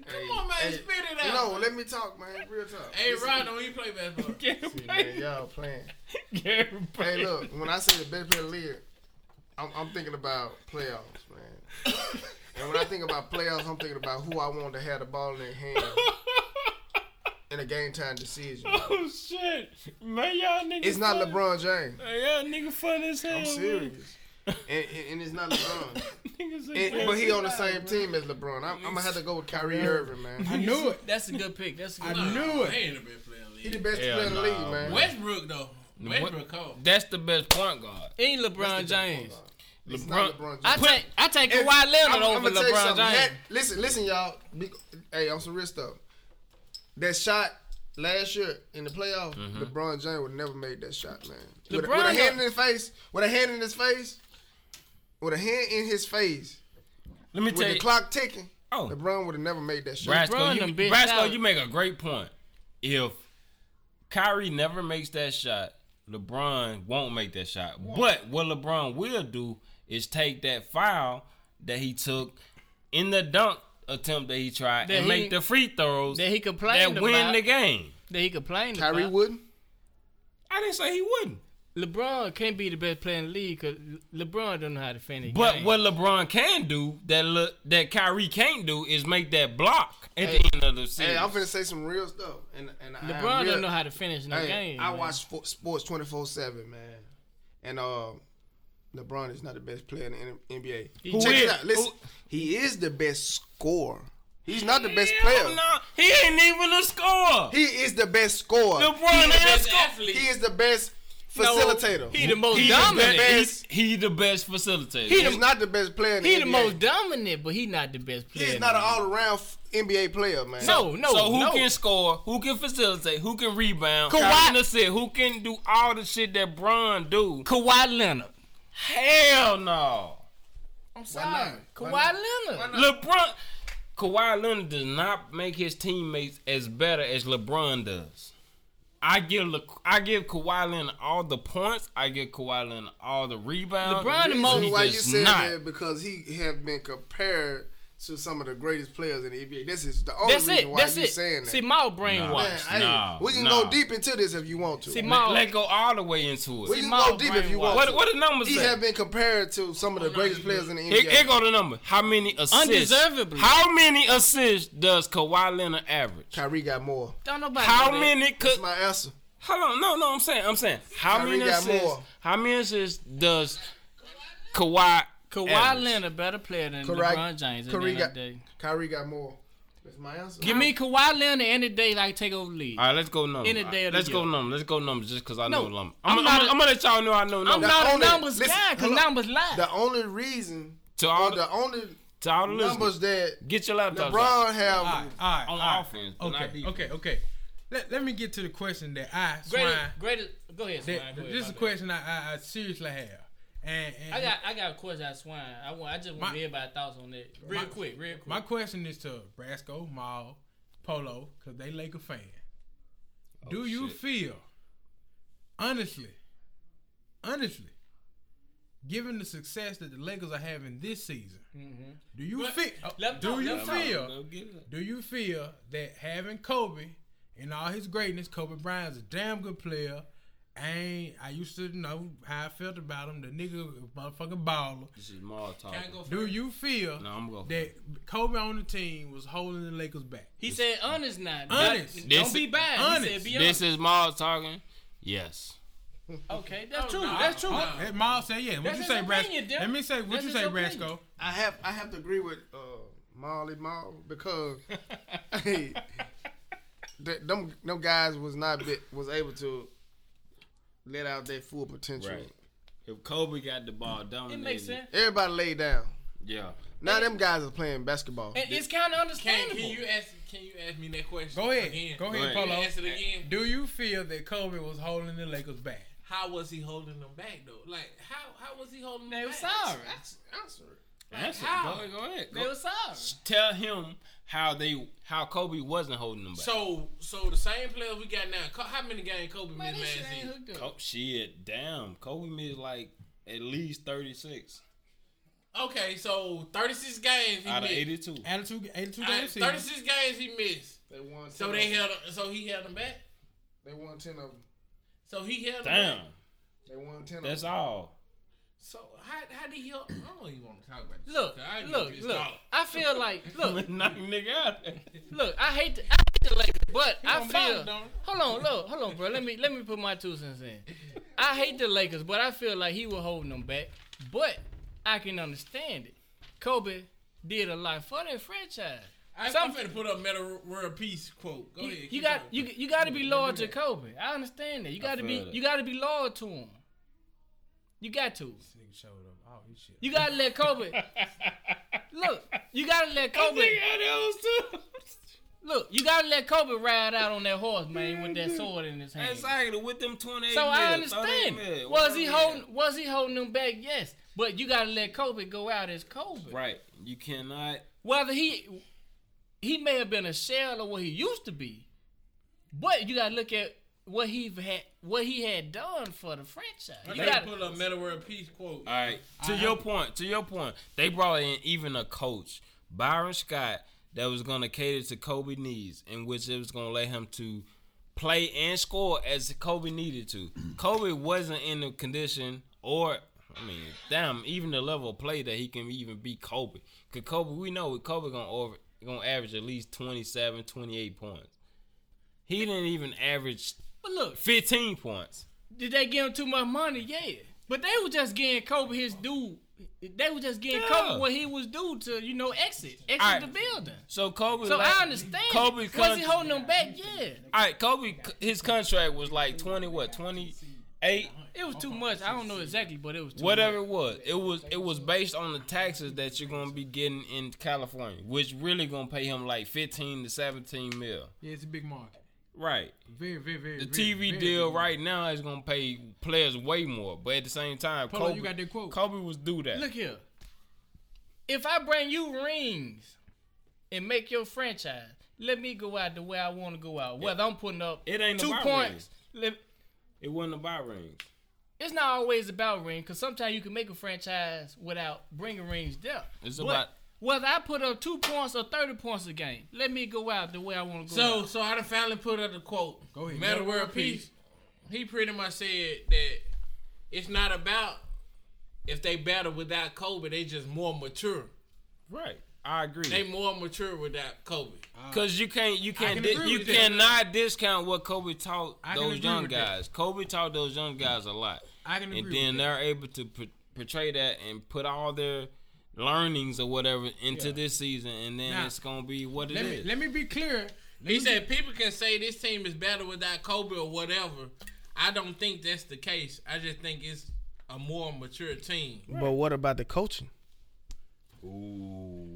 hey,
Come on, man,
hey,
spit it out.
No, let me talk, man. Real talk.
Hey,
Listen,
Rod, don't you play basketball?
see, man, y'all playing. Hey, look, when I say the best player in the league, I'm, I'm thinking about playoffs, man. and when I think about playoffs, I'm thinking about who I want to have the ball in their hand in a game time decision.
Oh shit, man, y'all niggas.
It's not
funny.
LeBron James.
Man, Y'all nigga fun as hell.
I'm serious. And, and, and it's not LeBron.
Man. Niggas
And, but he on the same team as LeBron. I'm, I'm gonna have to go with Kyrie Irving, man.
I knew it.
That's a good pick. That's a good
I
pick.
knew it.
They ain't the best player in the
He the
league.
best
Hell
player in the league,
nah,
man.
Westbrook though. Westbrook oh. cold.
That's the best point guard.
Ain't LeBron James.
It's not
LeBron-
LeBron
I
James.
take I take
If-
Kawhi Leonard
I'm-
over
I'ma tell you
LeBron James.
something. That- listen, listen, y'all. Be- hey, on some real stuff. That shot last year in the playoff, LeBron James would never made that shot, man. With, a- with a
LeBron
hand in
don't-
his face, with a hand in his face, with a hand in his face,
Let me
with
tell
the
you.
clock ticking,
Oh.
LeBron would have never made that shot.
Brasco,
LeBron
you,
done bitched
Brasco
out.
you make a great point. If Kyrie never makes that shot, LeBron won't make that shot. But what LeBron will do is take that foul that he took in the dunk attempt that he tried
That
and
he-
make the free throws
That he complained
that win
about.
the game.
that he complained
Kyrie
about.
wouldn't.
I didn't say he wouldn't.
LeBron can't be the best player in the league because LeBron don't know how to finish.
But
game.
what LeBron can do that Le, that Kyrie can't do is make that block at
Hey.
the end of the season.
Hey, I'm finna say some real stuff, and and I
LeBron
am real,
don't know how to finish no
Hey,
game.
I
man.
watch fo- sports 24 7, man. And uh, LeBron is not the best player in the N- NBA.
Who
Check it
is?
out. Listen, he is the best scorer. He's not the best player.
No, he ain't even a scorer.
He is the best scorer.
LeBron ain't a
Best
scorer.
athlete.
He is the best facilitator.
He the most
He the
dominant.
best. He, he the best facilitator.
He
He's
the-
not the best player in the
he
NBA.
the most dominant, but he not the best player.
He's
in
not
the
an all around NBA player, man.
No, no,
so who
no.
can score? Who can facilitate? Who can rebound?
Kawhi-
Who can assist? Who can do all the shit that Bron do?
Kawhi Leonard.
Hell no.
I'm
not?
sorry,
Why
Kawhi Leonard.
LeBron, Kawhi Leonard does not make his teammates as better as LeBron does. I give Le, I give Kawhi Leonard all the points. I give Kawhi Leonard all the rebounds.
LeBron the
He
most-
reason why you
does
said
not.
that because he have been compared to some of the greatest players in the NBA. This is the only
That's
reason
it.
why
That's
you
it.
saying that.
See, my brainwashed.
Man, hey,
Nah,
we can
nah.
go deep into this if you want to.
See,
we
my
Let go all the way into it.
can
my
go deep if you
brainwash.
want
What
to.
what the numbers
he
say?
have been compared to some of the greatest players in the NBA.
Here, here go the number. How many assists?
Undeservedly.
How many assists does Kawhi Leonard average?
Kyrie got more.
don't nobody.
How
know that.
many could?
That's my answer.
Hold on, no, no. I'm saying, I'm saying. How
Kyrie
many
got
assists?
more.
How many assists does Kawhi?
Kawhi
average?
Leonard better player than
Correct.
LeBron James. at the
Kyrie
end of
got,
the day.
Kyrie got more. That's my answer.
Give me Kawhi Leonard any day like take over the league.
All right, let's go numbers.
In a day of the
let's go
year.
numbers. Let's go numbers, just because I
No,
know numbers.
I'm
I'm, I'm,
not
I'm,
a-
gonna let y'all know I know
I'm
numbers.
not
only-
a numbers
listen,
guy because
hold on.
numbers lie.
The only reason,
to
or
all the,
the only
to all the listeners,
numbers that
get your laptops. out.
LeBron have.
All right, all right,
On
all right.
offense, but not
Okay,
defense.
okay, okay. Let, let me get to the question that I
greatest,
swine.
greatest. Go ahead, Swine.
That,
go ahead,
this is
my
a
bad.
question I, I, I seriously have. And, and
I got, I got a question out of Swine. I want, I just
My-
want everybody's thoughts on that, real
my-
quick, real quick.
my question is to Brasco, Maul, Polo, because they Laker fan.
Oh,
Do you
shit.
feel, honestly, honestly, given the success that the Lakers are having this season, do you feel?
Mm-hmm. let 'em
uh, do
talk,
you
let 'em talk.
feel?
Go get it.
Do you feel that having Kobe and all his greatness, Kobe Bryant's a damn good player? And I used to know how I felt about him. The nigga, was a motherfucking baller.
This is Maul talking.
Can I go
Do
first?
you feel
No, I'm going.
that Kobe on the team was holding the Lakers back?
He said, "Honest, not
Honest.
Don't,
This-
don't be bad."
honest.
He said, "Be honest."
This is Maul talking. Yes.
okay, that's
Oh,
true.
no.
That's true.
Oh,
Hey, Miles say yeah. What
That's
you
his
say,
opinion,
Brasco?
Dip.
Let me say what
That's
you
his
say,
opinion.
Brasco.
I have. I have to agree with uh, Molly Mall because hey, that, them them guys was not be, was able to let out their full potential.
Right. If Kobe got the ball dominated,
It makes sense.
Everybody laid down.
Yeah.
Now them guys are playing basketball.
And it's kind of
Can,
understandable.
can you ask? Can you ask me that question?
Go ahead.
Again?
Go
Go
ahead,
ahead.
Can you
Polo.
Ask it again.
Do you feel that Kobe was holding the Lakers back?
How was he holding them back though? Like how how was he holding them
they were
back?
sorry.
Answer
Answer.
how?
Go ahead. Go ahead.
They
Go.
were sorry.
Tell him how they how Kobe wasn't holding them back.
So so the same players we got now. Co- How many games Kobe
Man,
missed
this
last
shit ain't
season?
hooked up.
Co- shit, damn. Kobe missed like at least thirty six
Okay, so thirty six games he
out of
missed.
eighty two.
82, 82
All
game
right,
season.
thirty six games he missed.
They won. 10
So they held. So he held them back.
They won ten of them.
So he held. them back.
Damn,
They won ten.
that's all.
So how how did he? Help? I don't even want to talk about this.
Look,
Okay, I ain't
look,
gonna piss
look.
off.
I feel like, look,
Knock nigga out. there.
look. I hate the, I hate the Lakers, but I
don't mind it,
feel.
don't
Hold on, look, hold on, bro. Let me let me put my two cents in. I hate the Lakers, but I feel like he was holding them back. But I can understand it. Kobe did a lot for that franchise.
I,
Some-
I'm finna put up Metal World Peace quote. Go
You,
ahead.
you
keep
got
going.
you you got to be loyal to Kobe. I understand that. You got to be
feel that.
you got to be loyal to him. You got to.
Nigga showed up. Oh, he shit.
You got to let Kobe. look, you got to let Kobe. Look, you gotta let Kobe ride out on that horse, man, with that sword in his hand.
Exactly with them twenty eight.
So I understand. Was he holding? Was he holding them back? Yes, but you gotta let Kobe go out as Kobe.
Right. You cannot.
Whether he he may have been a shell of what he used to be, but you gotta look at what he had what he had done for the franchise.
I
You
gotta
gotta,
pull up Metal World Peace quote.
All right. To your point. To your point. They brought in even a coach, Byron Scott, that was gonna cater to Kobe needs, in which it was gonna let him to play and score as Kobe needed to. Kobe wasn't in the condition or. I mean, damn, even the level of play that he can even be Kobe. Cause Kobe, we know with Kobe gonna over, gonna average at least 27, 28 points. He didn't even average
but look,
15 points.
did they give him too much money? Yeah, but they were just getting Kobe his due. They were just getting
Yeah.
Kobe what he was due to, you know, exit, exit
All right.
the building.
So Kobe.
So
like-
I understand.
Kobe
Kobe was
con-
he holding them back? Yeah,
All right, Kobe. His contract was like twenty, what twenty eight,
it was too much. I don't know exactly, but it was too
whatever
Much.
it was. It was it was based on the taxes that you're gonna be getting in California, which really gonna pay him like fifteen to seventeen mil.
Yeah, it's a big market.
Right.
Very, very, very.
The
very,
TV
very
deal
big
right now is gonna pay players way more, but at the same time,
Polo,
Kobe,
you got that quote.
Kobe was do that.
Look here. If I bring you rings and make your franchise, let me go out the way I want to go out. Whether I'm putting up
It ain't
two
about
points. let-
it wasn't about rings.
It's not always about ring, because sometimes you can make a franchise without bringing rings there.
It's
But
about-
whether I put up two points or thirty points a game. Let me go out the way I want to go. out.
So so I done finally put up the quote.
Go ahead.
Metal World Peace. He pretty much said that it's not about if they better without Kobe, they just more mature.
Right. I agree. Uh,
They more mature without Kobe.
Cause you can't, you can't,
can
di-
agree
you
with that.
cannot discount what Kobe taught
I can
those
agree
young
with that.
guys. Kobe taught those young guys a lot,
I can
and
agree
then
with
they're able to pr- portray that and put all their learnings or whatever into
Yeah.
this season, and then
Now,
it's gonna be what it is.
Let me let me be clear. Let me
He said people can say this team is better without Kobe or whatever. I don't think that's the case. I just think it's a more mature team.
But what about the coaching?
Ooh,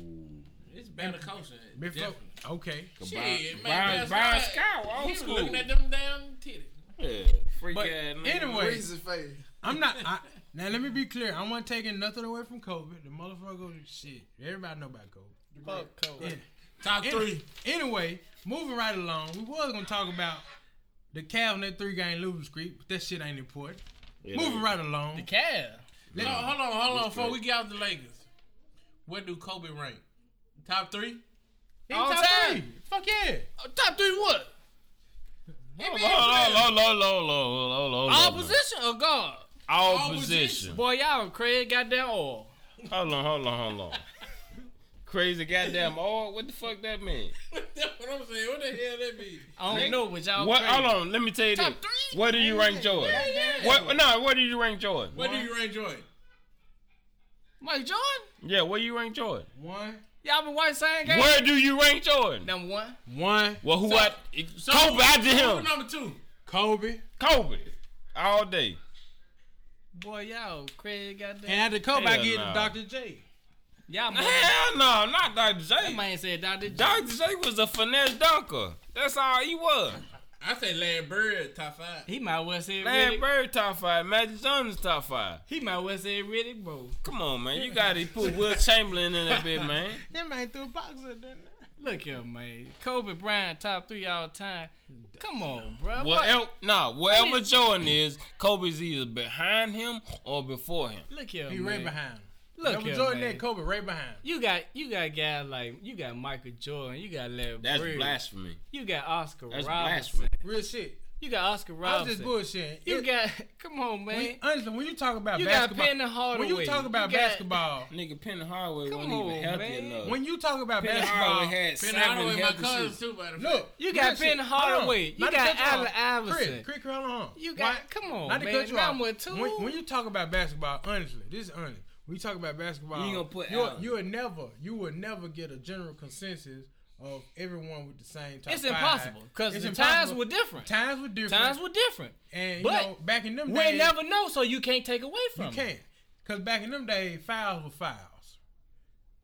It's better coaching.
be, before,
definitely.
okay.
Shit, man.
Brian-
that's
Brian
right.
Scott, old
He was
school.
Looking at them damn titties.
yeah, freak
But
ass nigga.
anyway,
Reason fade.
I'm not. I, now let me be clear. I'm not taking nothing away from Kobe. The motherfucker, shit. Everybody know about Kobe.
Fuck Kobe.
Yeah.
Top
Any-
three.
Anyway, moving right along, we was gonna talk about the Cavs and that three game losing streak, but that shit ain't important. moving right along.
Cal.
No, hold on, hold on. Before we get off the Lakers, where do Kobe rank? Top three?
He
All
top
time.
three. Fuck yeah.
Uh, Top three what?
Hold on, hold on, hold on, hold on, hold on, hold on,
All
hold on.
position or guard?
all
All
position.
Boy, y'all Craig got that all.
Hold on, hold on, hold on. Crazy goddamn! Oh, what the fuck that mean?
That's what I'm saying. What the hell that mean?
I don't know, but y'all
What?
Craig.
Hold on. Let me tell you this.
Top three?
Where do you rank Jordan? What? No. Where do you rank Jordan?
Where do you rank Jordan?
Mike Jordan?
Yeah. Where you rank Jordan?
One.
Y'all been watching same game?
Where do you rank Jordan?
Number one.
One.
Well, who
So-
I? Kobe. I did
Who
him.
number two?
Kobe.
Kobe. All day.
Boy, y'all Craig got that.
And after Kobe, I
Hell
get
no.
Dr. J.
Y'all man,
Hell no, not Dr.
that
J.
man said Dr. J.
Dr. J was a finesse dunker. That's all he was.
I say Larry Bird top five.
He might well say
Larry
Riddick.
Bird top five, Magic Johnson's top five.
He might well say Riddick, bro.
Come on, man, you gotta put Will Chamberlain in that bit, man.
That man threw a box at that.
Look here, man. Kobe Bryant top three all time. Come on, bro.
Well, el- nah, wherever Jordan is, Kobe's either behind him or before him.
Look here,
He
man.
right behind.
Look
Number
here,
Jordan
man.
and Kobe right behind.
You got you got guys like you got Michael Jordan, you got Larry
That's
Bird,
blasphemy.
you got Oscar
That's
Robinson,
blasphemy.
Real shit.
you got Oscar
I was
Robinson.
just bullshitting.
You
It-
got come on, man.
when you- honestly when you talk about
You got
basketball,
Penny Hardaway.
when you talk about
You got-
basketball,
Nigga, Penny Hardaway
Come
wasn't
on,
even healthy
man.
enough.
when you talk about
Penny
basketball,
Hardaway had
Penn
seven
Hardaway, my
healthy
cousin
seasons.
too. By the
Look,
You got
real shit.
Penny Hardaway.
Hold on.
You
Not to
got
cut you
Allen
off.
Iverson.
Chris, Chris, Chris, hold on.
You got- come on,
not to
man.
cut you off.
Number two.
When, when you talk about basketball, honestly, this is honest. When you talk about basketball,
You ain't gonna put
you'll-
Allen.
you will never, you will never get a general consensus of everyone with the same top
it's
five.
impossible because
It's
the times
impossible.
were different.
Times were different.
Times were different.
and you
but
know, back in them
we
days,
never know, so you can't take away from
you
it.
can't. Cause back in them days, files were files.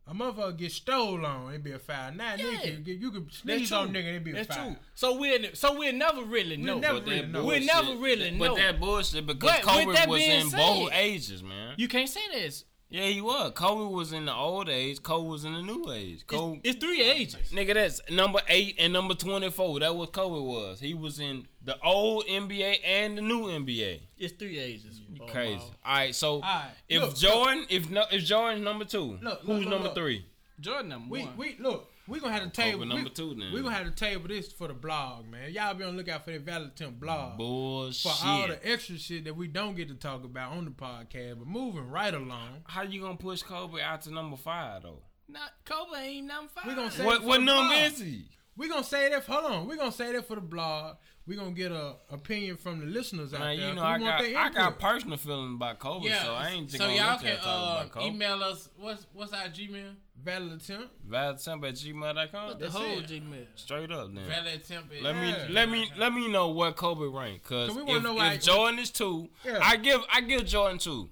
A motherfucker get stole on, it'd be a foul. Now
Yeah.
nigga, you could
That's
sneeze on
true.
nigga, it'd be a
That's
foul.
true. So we'll so we'll never really know.
never
But that
Really, no.
bullshit,
We never really know.
But that bullshit because
But with
Kobe
that
was
being
in
said-
both ages, man.
you can't say this.
Yeah, he was. Kobe was in the old age. Kobe was in the new age.
Oh.
Kobe,
It's three ages.
nigga, that's number eight and number twenty-four. That what Kobe was. He was in the old NBA and the new NBA.
It's three ages. Oh,
Crazy.
wow.
All right, so
right,
if
look,
Jordan, if no, if Jordan's number two,
look,
who's
look,
number
look.
three?
Jordan number
We
one.
we look, we gonna have to table
Over
we-
number two then.
We gonna have to table this for the blog, man. Y'all be on the lookout for that Valentin blog. for
Bullshit.
all the extra shit that we don't get to talk about on the podcast, but moving right along,
How you gonna push Kobe out to number five though?
Not Kobe ain't number five.
We gonna say-
What what
for
number
five.
is he?
we gonna say that. Hold on, we gonna say that for the blog. We gonna get a opinion from the listeners out
Man,
there.
you know
We
I
want
got
their
I got
input.
personal feeling about Kobe,
Yeah.
so I ain't just
so
gonna
y'all
let y'all
can
talk
uh,
about Kobe.
email us. What's what's our Gmail?
Valentin.
Valtemp at gmail.com.
the whole
it.
Gmail.
Straight up then.
Valet Tempe.
Let me
Yeah.
let me let me know what Kobe ranked. Cause
So we wanna
if,
know
if
why-
Jordan is two,
Yeah.
I give I give Jordan two,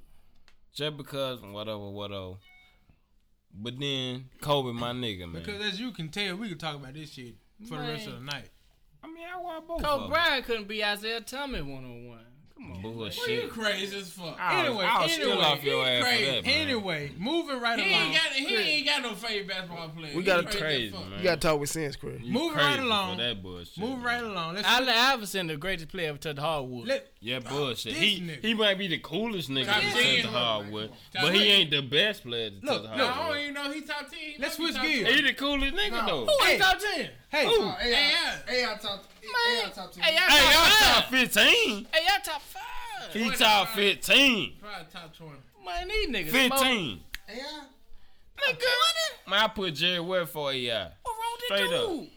just because whatever whatever. But then Kobe, my nigga, man.
Because as you can tell, we can talk about this shit for the rest of the night.
I mean, I want both.
Kobe
of them.
Bryant couldn't be Isaiah Thomas one on one. Come on.
Boy, you
Bullshit.
crazy as fuck.
I was,
Anyway,
I was still
anyway,
off your
he's
ass
crazy.
for that, man.
Anyway, moving right
He
along.
ain't got he ain't got no favorite basketball player.
we
He
got a
crazy,
crazy
as fuck.
man.
You gotta talk with sense, Chris.
You
Moving
crazy
right along.
For that bullshit.
Moving right along. Let's
Allen Iverson, the greatest player of touch hardwood.
let
Yeah, bullshit.
this
He
nigga.
he might be the coolest nigga
Top
to
ten.
touch the hardwood,
Top
but he
ten.
ain't the best player to touch
Look,
the
look.
I don't
hardwood.
even know he top ten. He
Let's
might be
switch
top
gears.
He the coolest nigga though.
Who
Hey.
ain't top ten?
hey,
AI.
AI top,
Man, hey, y'all
Hey, y'all
top
top
five.
fifteen.
Hey, y'all top five.
He top fifteen.
Probably top twenty.
Man, these niggas. smoke.
Fifteen.
AI.
Nigga, what the-
Man, I put Jerry West for AI.
what wrong with
Straight
that
up.
dude?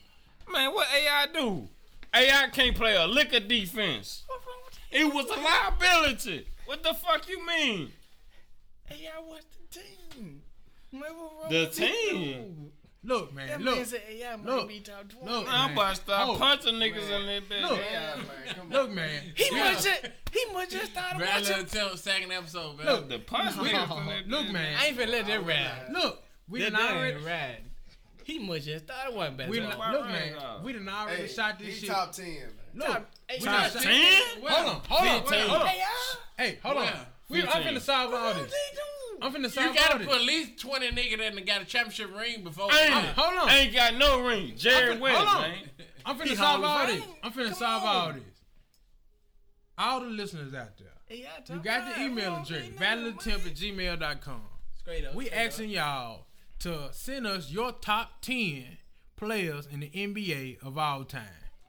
Man, what AI do? AI can't play a lick of defense.
What wrong with
It was a liability. What the fuck you mean?
that? Hey, y'all watch the team. Man, what wrong
The
with that
team.
dude?
look, man,
That
look,
man said, hey, y'all might
look,
be top 20.
look,
I'm
man.
about to start
Oh,
punching niggas in their
Look.
bed.
AI, man. Come on.
Look, man.
He must just, he must just started
Bradley
watching.
Temple second episode, man.
Look,
The punch niggas in their bed.
look,
I
man.
ain't finna let that ride.
Look, we
That
done
ain't
already.
ride. He must just started watching
We
basketball.
done,
Why
look,
right
man.
now?
We done already
Hey,
shot this
he
shit.
top ten, man.
look,
Hey,
we
y'all
done
top
shot-
Ten?
hold on, hold on,
Fifteen.
hold on.
Hey, y'all.
Hey, hold on.
Well,
We, I'm
fifteen.
finna solve all
What
this.
they do?
I'm finna solve
You gotta
all
put
this.
at least twenty niggas that done got a championship ring before.
Hey,
Hey,
Hold on.
Ain't got no ring. Jerry
I'm finna-
West,
hold on.
man.
I'm finna
He
solve
Hall
all
of
this.
Fame.
I'm finna
Come
solve
on.
all this. All the listeners out there,
Hey, y'all top
you got
five.
the email
Wrong with
address,
that
valentemp at
man.
gmail.com.
straight up.
We
straight
asking y'all to send us your top 10 players in the NBA of all time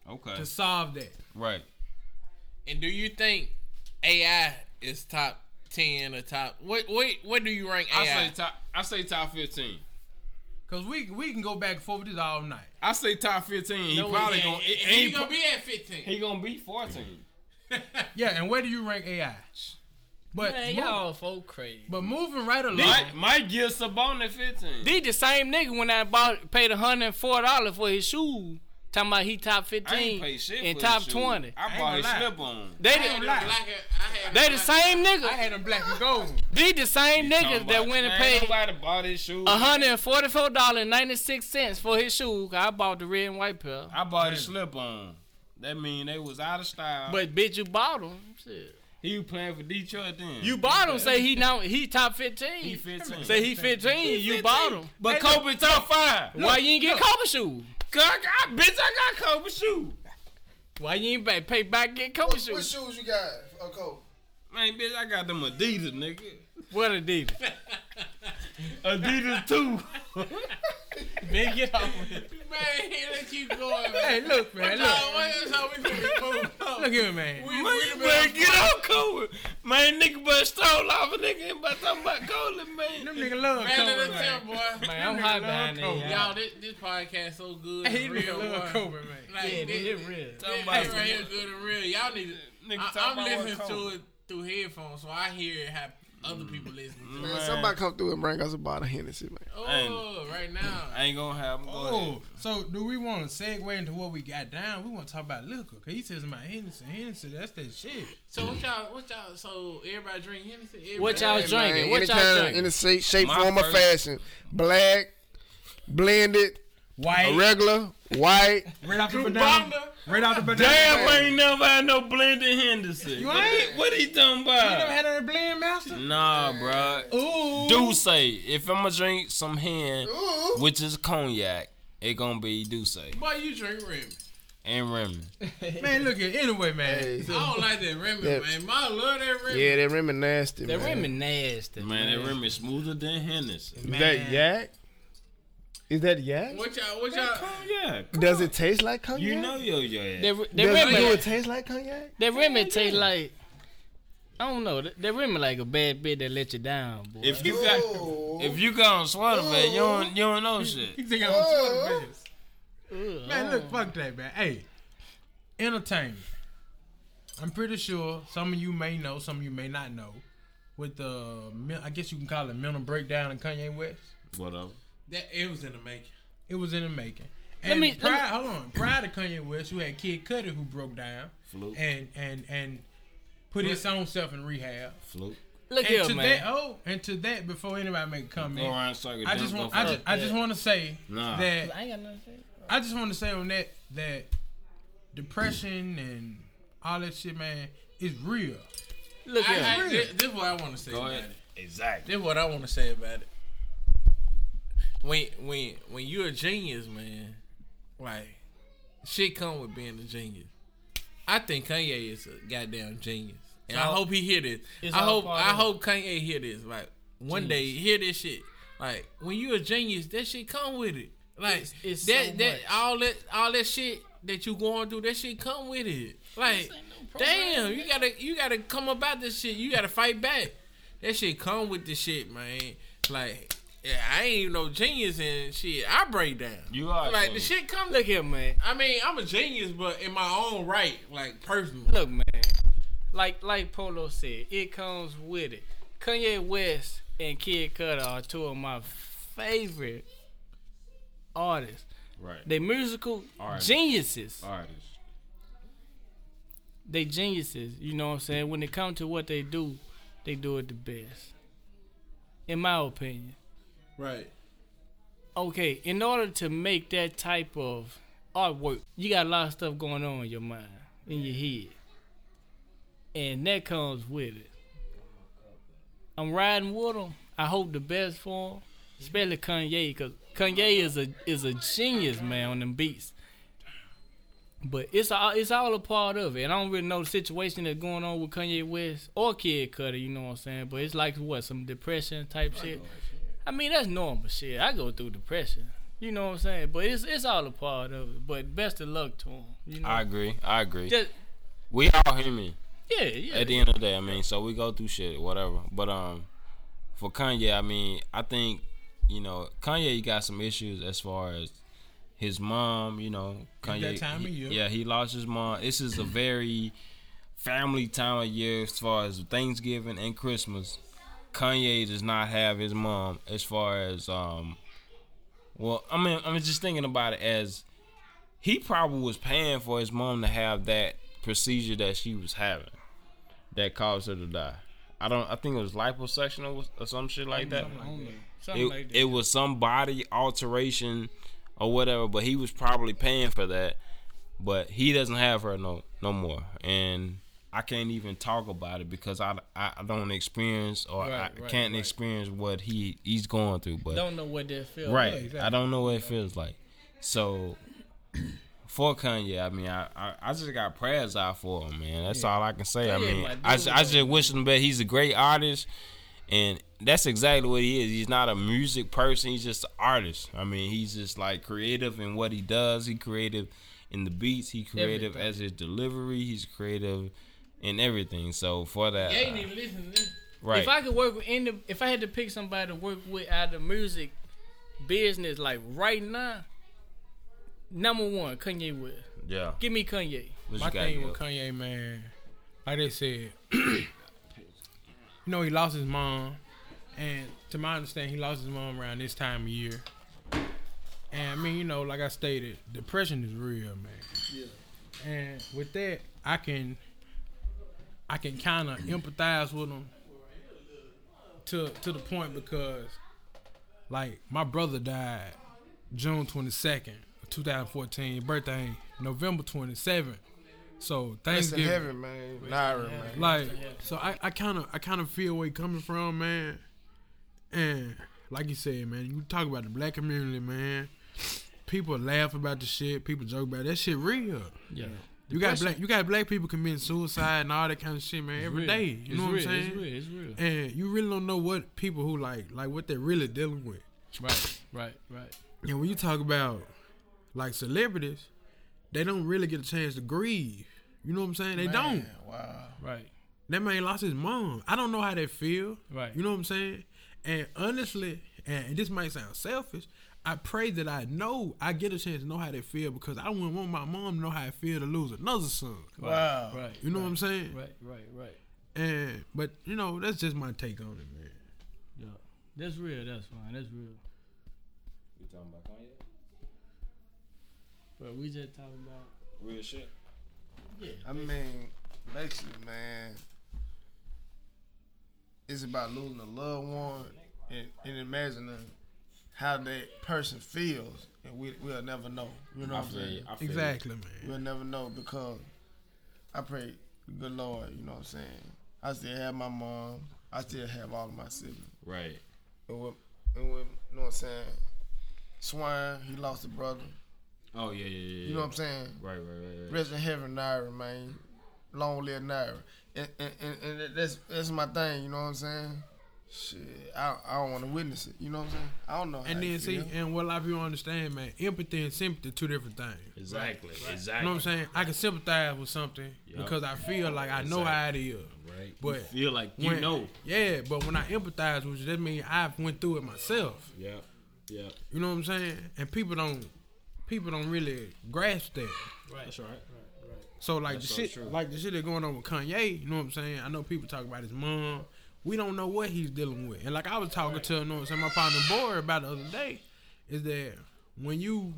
Okay.
to solve that.
Right.
up. And do you think AI is top ten or top? What what what do you rank
I
AI?
say top. I say top fifteen.
Because we, we can go back and forth with this all night.
I say top fifteen. He
No,
probably
he
gonna.
ain't.
It,
He
ain't
gonna
pro-
be at fifteen.
he gonna be fourteen.
Mm. Yeah, and where do you rank AI? But,
Man,
mo-
y'all folk crazy.
but moving right along.
Mike Mike gives Sabonis fifteen.
These the same nigga when I bought paid hundred and four dollars for his shoe. Talking about he top
I ain't
fifteen
paid shit
and
for
top
his shoes.
twenty.
I
gonna
bought his
lie.
slip on.
They
I had
the,
them black and- I had
they
them
the
black-
same
I
niggas.
had them black and gold.
They the same niggas that went and paid Uh-huh.
Nobody bought his shoes.
hundred and forty four dollars and ninety six cents for his shoes. I bought the red and white pair.
I bought his slip on. That mean they was out of style.
But bitch, you bought them. Shit.
he was playing for Detroit then.
You bought them. Say he now he top fifteen.
He 15.
Say he fifteen. you bought them.
but Kobe top five.
Why you ain't get Kobe shoes?
Cause I got, bitch, I got Kobe shoe.
Why you ain't back, pay back get Kobe
What, what
shoes?
shoes you got? A coat.
Man, bitch, I got them Adidas, nigga.
What a deal.
Adidas too.
Man, get off of it.
Man, he let you going, man.
Hey, look, man,
Look,
look.
what is how we finna move up?
Look here, man.
we, we
Man,
the
man,
best.
get off Kobe. Man, nigga, but stole off a nigga. Ain't about talking about Kobe, man.
Them nigga love
Man,
Kobe,
let us
man.
tell, boy.
Man, I'm hot behind
Kobe.
that.
Y'all, this, this podcast so good
He
and
nigga
real,
love
boy.
Kobe, man.
Like,
Yeah,
this,
it real.
this
about
right here good and real. Y'all need to.
Nigga,
I,
talk
I'm
about what
listening to
Kobe.
it through headphones, so I hear it how other
Mm.
people listen to it.
Man, somebody come through and bring us a bottle of Hennessy, man.
Oh, right now.
I ain't gonna have him. Go ahead.
Oh, so do we want to segue into what we got down? We want to talk about liquor. Cause he says about Hennessy, Hennessy, that's that shit.
So what y'all? What y'all? So everybody drink Hennessy. Everybody-
What y'all
Hey,
drinking?
man,
what
any
y'all
kind,
drinking?
Any shape, shape
My
form, or
first-
fashion. Black, blended,
White,
regular, white.
right off the banana, right off the banana.
Damn, I ain't never had no blended Henderson.
You
What
ain't?
What he talking
You never
about?
had a blend master?
Nah, bruh.
Ooh,
Do say if I'ma drink some hen,
Ooh.
which is cognac, it gonna be do say
Boy, you drink Remy.
and Remy.
man, look at anyway, man.
Hey.
I don't like that Remy,
Yeah.
man. My love that Remy.
Yeah, that Remy nasty,
That
man.
women nasty.
Man, that Remy smoother than Henderson.
Is that yak? Is that yak?
What y'all? What y'all?
Cognac.
Does it taste like cognac?
You know yo yo.
That
ass.
re- that
Does it, do
women
it taste like cognac?
that women taste like I don't know. That, that women like a bad bitch that let you down, boy.
If you got if you got on sweater, man, you don't you don't know shit.
You think I'm
Oh.
sweating,
Ugh,
man?
I
Look,
don't-
fuck that, man. Hey, entertainment. I'm pretty sure some of you may know, some of you may not know. With the, men- I guess you can call it mental breakdown in Kanye West.
Whatever.
That it was in the making.
It was in the making. And
Let me- let
prior,
me-
hold on. Prior to Kanye West, you had Kid Cudi who broke down
Fluke.
and and and put his own self in rehab.
Fluke.
Look
And
here,
to
man.
that, oh, and to that, before anybody make a
Go
comment,
around circuit.
I just want I just, I just want to say
Nah.
that
I ain't got nothing to say.
I just want to say on that that depression and all that shit, man, is real.
Look here.
I, I, this, this what I want to say.
Go
about
ahead.
it.
Exactly.
This what I want to say about it. When when when you're a genius, man, like shit come with being a genius. I think Kanye is a goddamn genius, and I
So-
hope he hear this.
It's
I
all
hope
part
I
of-
hope Kanye hear this. Like one day, hear this shit. Like when you're a genius, that shit come with it. Like
It's- it's
that
so
that
much.
all that all that shit that you going through, that shit come with it. Like damn, you gotta you gotta come about this shit. You gotta fight back. That shit come with the shit, man. Like yeah, I ain't no genius and shit. I break down.
You are a
like the
genius.
shit come.
Look here, man.
I mean, I'm a genius, but in my own right, like personal.
Look, man. Like like Polo said, it comes with it. Kanye West and Kid Cudi are two of my favorite artists.
Right.
They musical
Artists.
geniuses.
Artists.
They geniuses. You know what I'm saying? When it comes to what they do, they do it the best. In my opinion.
Right.
Okay, in order to make that type of artwork, you got a lot of stuff going on in your mind, in your head. And that comes with it. I'm riding with him. I hope the best for him. Especially Kanye, because Kanye is a is a genius man on them beats. But it's all it's all a part of it. And I don't really know the situation that's going on with Kanye West or Kid Cudi, you know what I'm saying? But it's like what, some depression type shit. I mean that's normal shit. I go through depression. You know what I'm saying? But it's it's all a part of it. But best of luck to him. You know
I agree. I agree.
Just-
we all human.
yeah, yeah.
at the end of the day, I mean, so we go through shit, whatever. But um, for Kanye, I mean, I think you know Kanye he got some issues as far as his mom. You know, Kanye.
that time of
he-
year.
Yeah, he lost his mom. This is a very family time of year as far as Thanksgiving and Christmas. Kanye does not have his mom as far as um. Well, I mean, I'm just thinking about it as he probably was paying for his mom to have that procedure that she was having that caused her to die. I don't. I think it was liposuction or, was- or some shit like that.
Something
It,
like that.
it was some body alteration or whatever, but he was probably paying for that. But he doesn't have her no no more, and I can't even talk about it because I I, I don't experience or
Right,
I
right,
can't
right.
experience what he he's going through. But
Don't know what that feels.
Right.
Like.
I don't know what it feels like. So for Kanye, I mean, I, I, I just got prayers out for him, man. That's all I can say. I
Kanye
mean,
my
I,
dude,
ju- I
though.
just wish him that he's a great artist, and that's exactly what he is. He's not a music person. He's just an artist. I mean, he's just like creative in what he does. He creative in the beats. He creative
Everything.
as his delivery. He's creative in everything. So for that,
Yeah, you
uh,
need to listen to this.
right?
If I could work with any, if I had to pick somebody to work with out of the music business, like right now, number one, Kanye West.
yeah.
Give me Kanye.
What
My
you got,
thing with
Gil?
Kanye, man, like they said, you know, he lost his mom, and to my understanding, he lost his mom around this time of year. And I mean, you know, like I stated, depression is real, man. Yeah. And with that, I can, I can kind of empathize with him to to the point because, uh, like, my brother died June 22nd, 2014. Birthday November 27th. So
It's in
Thanksgiving.
heaven, man. Naira, man.
Like, so I, I kind of, I kind of feel where you coming from, man. And like you said, man, you talk about the black community, man. People laugh about the shit. People joke about it. that shit. Real.
Yeah.
You got black, you got black people committing suicide and all that kind of shit, man. Every day, you know what I'm saying?
It's real. It's real.
And you really don't know what people who like, like what they're really dealing with.
Right. Right. Right.
And when you talk about like celebrities, they don't really get a chance to grieve. You know what I'm saying? They don't.
Right.
That man lost his mom. I don't know how they feel.
Right.
You know what I'm saying? And honestly, and this might sound selfish, I pray that I know I get a chance to know how they feel because I wouldn't want my mom to know how it feel to lose another son.
Wow. Right.
You know what I'm saying?
Right. Right. Right.
And but you know, that's just my take on it, man.
Yeah. That's real. That's fine. That's real.
You talking about Kanye?
But we just talking about.
Real shit.
I mean, basically, man, it's about losing a loved one and, and imagining how that person feels, and we we'll never know. You know
I
what I'm
feel
saying?
you. I feel you.
Exactly, man.
We'll never know because I pray the good Lord. You know what I'm saying? I still have my mom. I still have all of my siblings.
Right.
And with, and with you know what I'm saying? Swine, he lost a brother.
Oh yeah, yeah, yeah.
You know what I'm saying?
Right, right, right, right.
Rest in heaven, Naira, man. Long live Naira. And, and, and, and that's that's my thing, you know what I'm saying? Shit, I, I don't want to witness it, you know what I'm saying? I don't know. how
And
you
then see,
feel.
and what a lot of people don't understand, man, empathy and sympathy two different things.
Exactly. Exactly.
You know what I'm saying? I can sympathize with something
Yup.
because I feel like I know how it is.
Right.
But
feel like you
when-
know.
Yeah, but when I empathize with you, that means I went through it myself.
Yep. Yep.
You know what I'm saying? And people don't people don't really grasp that.
That's right.
So like
That's
the
so
shit
true.
like the shit that's going on with Kanye, you know what I'm saying? I know people talk about his mom. We don't know what he's dealing with. And like I was talking to you know what I'm saying, my partner Boy about the other day, is that when you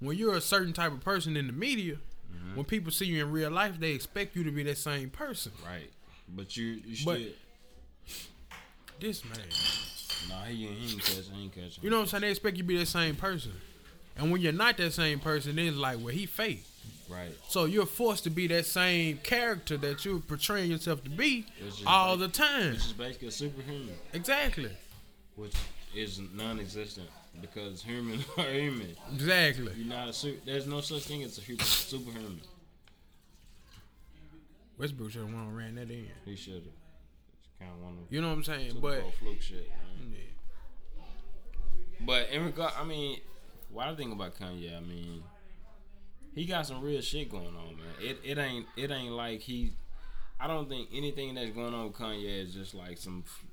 when you're a certain type of person in the media,
Mm-hmm.
when people see you in real life, they expect you to be that same person.
Right. But you, you
But-
should.
This man.
Nah, he ain't, he ain't catching. He ain't catching.
You know what I'm saying? They expect you to be that same person. And when you're not that same person, then it's like, well, he fake.
Right.
So you're forced to be that same character that you're portraying yourself to be
It's just
all
like-
the time.
Which is basically a superhuman,
Exactly.
which is non-existent because human are human.
Exactly.
You're not a super. There's no such thing as a hu- superhuman.
Westbrook should have won ran that in.
He should have. Kind of one of
You know what I'm saying?
Super
But
Bowl fluke shit. man.
yeah.
But in regard, I mean, what I think about Kanye, I mean, he got some real shit going on, man. It it ain't it ain't like he. I don't think anything that's going on with Kanye is just like some, f-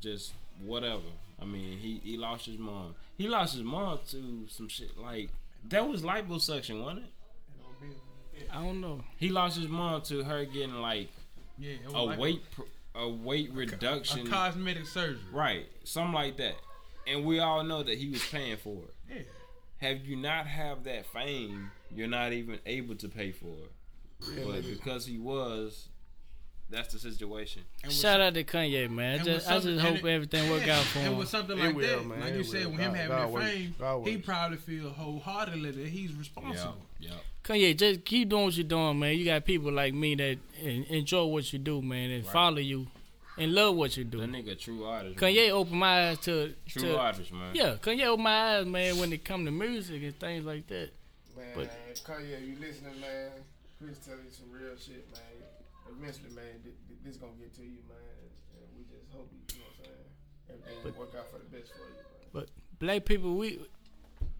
just whatever. I mean, he he lost his mom. He lost his mom to some shit like that was liposuction, wasn't it?
I don't know.
He lost his mom to her getting like
yeah, it was
a
like
weight pr- a weight
a
reduction,
cosmetic surgery.
right? Something like that. And we all know that he was paying for it.
Yeah.
have you not have that fame, you're not even able to pay for it. But because he was, that's the situation.
And with-
Shout out to Kanye, man. I
and with
just, I
something-
just hope
and it-
everything work out for
And
him.
with something
It
like
will,
that,
man,
like
it
you said,
will.
with him
God-
having
God
that
works.
fame,
God
he
works.
probably feel wholeheartedly that he's
Yeah,
responsible.
yeah.
Kanye, just keep doing what you're doing, man. You got people like me that en- enjoy what you do, man, and follow you, and love what you
That
do.
nigga, true artist. man.
Kanye opened my eyes to,
true
to
artist, man.
yeah, Kanye opened my eyes, man, when it come to music and things like that.
Man,
But-
Kanye, you listening, man? Chris telling you some real shit, man. Eventually, man, th- th- this gonna get to you, man. And we just hope you, you know what I'm saying. Everything will work out for the best for you, man.
But black people, we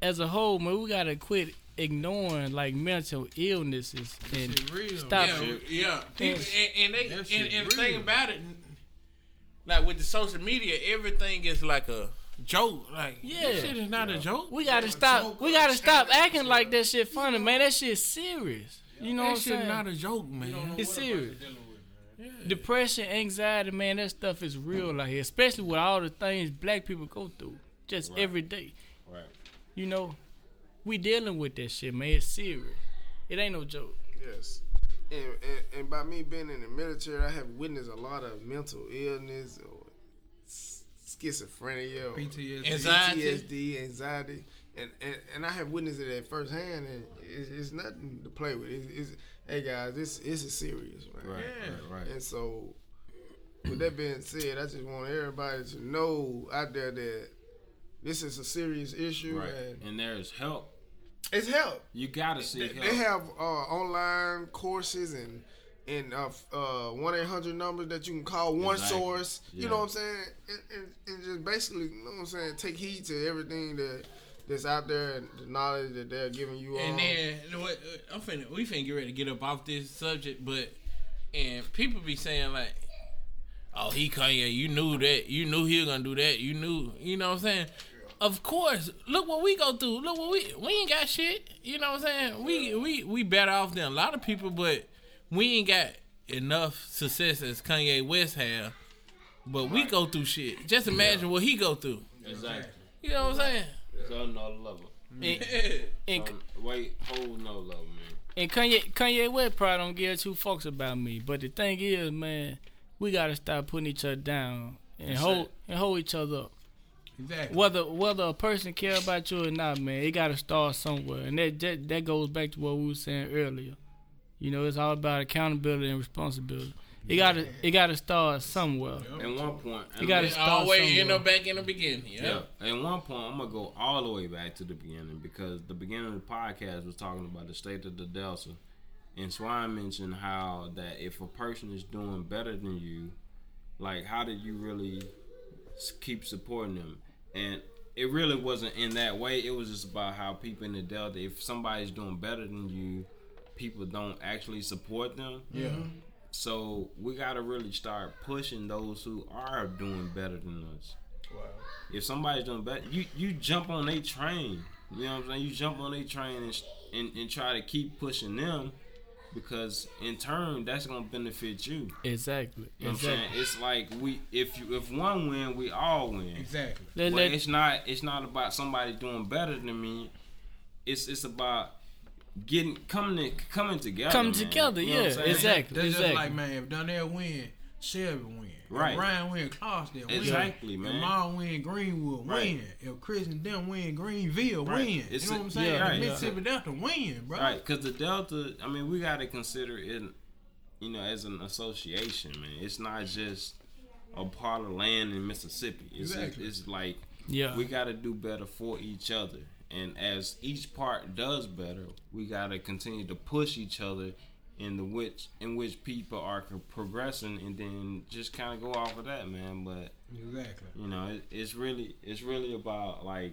as a whole, man, we gotta quit ignoring like mental illnesses and
It's real.
Stop
yeah,
it.
yeah. People, and, and they
That
and,
shit
and the thing
real.
about it, like with the social media, everything is like a joke. Like
Yeah.
this shit is not a joke.
We gotta stop. We gotta stop acting like that shit funny, man. That shit serious. You know
that
what I'm
shit
saying?
not a joke, man.
it's serious. Depression, anxiety, man, that stuff is real out here, especially with all the things black people go through just every day.
Right.
You know, we dealing with that shit, man. It's serious. It ain't no joke.
Yes. And, and and by me being in the military, I have witnessed a lot of mental illness or s- schizophrenia, or
PTSD.
Anxiety.
PTSD, anxiety, and, and and I have witnessed it at first hand, and it's, it's nothing to play with. It's, it's hey guys, this this is serious, man.
Right. Right. Right.
And so, with that being said, I just want everybody to know out there that this is a serious issue,
Right.
and
And there's help.
it's help.
You gotta seek
They
help.
have uh, online courses and and uh, one eight hundred numbers that you can call one
Exactly.
source. You
Yeah.
know what I'm saying? And, and, and just basically, you know what I'm saying? Take heed to everything that that's out there and the knowledge that they're giving you. all.
And then you know what, I'm finna we finna get ready to get up off this subject, but and people be saying like, "Oh, he Kanye, you knew that, you knew he was gonna do that, you knew, you know what I'm saying." Of course, look what we go through. Look what we we ain't got shit. You know what I'm saying? We we we better off than a lot of people, but we ain't got enough success as Kanye West have. But we go through shit. Just imagine what he go through.
Exactly.
You know what I'm saying?
It's another level.
And, and,
Um, wait, whole no level, man.
and Kanye, Kanye West probably don't give two fucks about me. But the thing is, man, we gotta stop putting each other down and hold and hold each other up.
Exactly.
whether whether a person care about you or not, man, it got to start somewhere, and that, that that goes back to what we were saying earlier. You know, it's all about accountability and responsibility. It got to it got to start somewhere.
At one point,
You gotta
It
start
always end
somewhere.
up back in the beginning. yeah.
Yeah. At one point, I'm gonna go all the way back to the beginning because the beginning of the podcast was talking about the state of the Delta, and Swine mentioned how that if a person is doing better than you, like how do you really s- keep supporting them? And it really wasn't in that way. It was just about how people in the Delta, if somebody's doing better than you, people don't actually support them. Yeah. So we gotta really start pushing those who are doing better than us if somebody's doing better, you you jump on their train. You know what I'm saying? You jump on their train and, sh- and and try to keep pushing them because in turn that's gonna benefit you.
Exactly.
You know what I'm saying?
Exactly.
It's like we if you if one win, we all win.
Exactly.
Let,
But
let,
it's not it's not about somebody doing better than me. It's it's about getting coming to, coming together.
Come
man.
together,
You know what
yeah,
I'm saying?
exactly.
That's
exactly.
just like man, if Donnell win, Shelby win.
Right.
If Ryan win, Clarksdale win.
Exactly, man.
If Mar win, Greenwood
Right.
win. If Chris and them win, Greenville
Right.
win.
It's
you know
a-
what I'm saying?
yeah, right.
The Mississippi Delta win, bro.
Right, because the Delta, I mean, we got to consider it, you know, as an association, man. It's not just a part of land in Mississippi. It's,
Exactly.
it's like
yeah.
we got to do better for each other. And as each part does better, we got to continue to push each other in the which in which people are co- progressing and then just kind of go off of that, man. But
Exactly.
you know, it, it's really it's really about like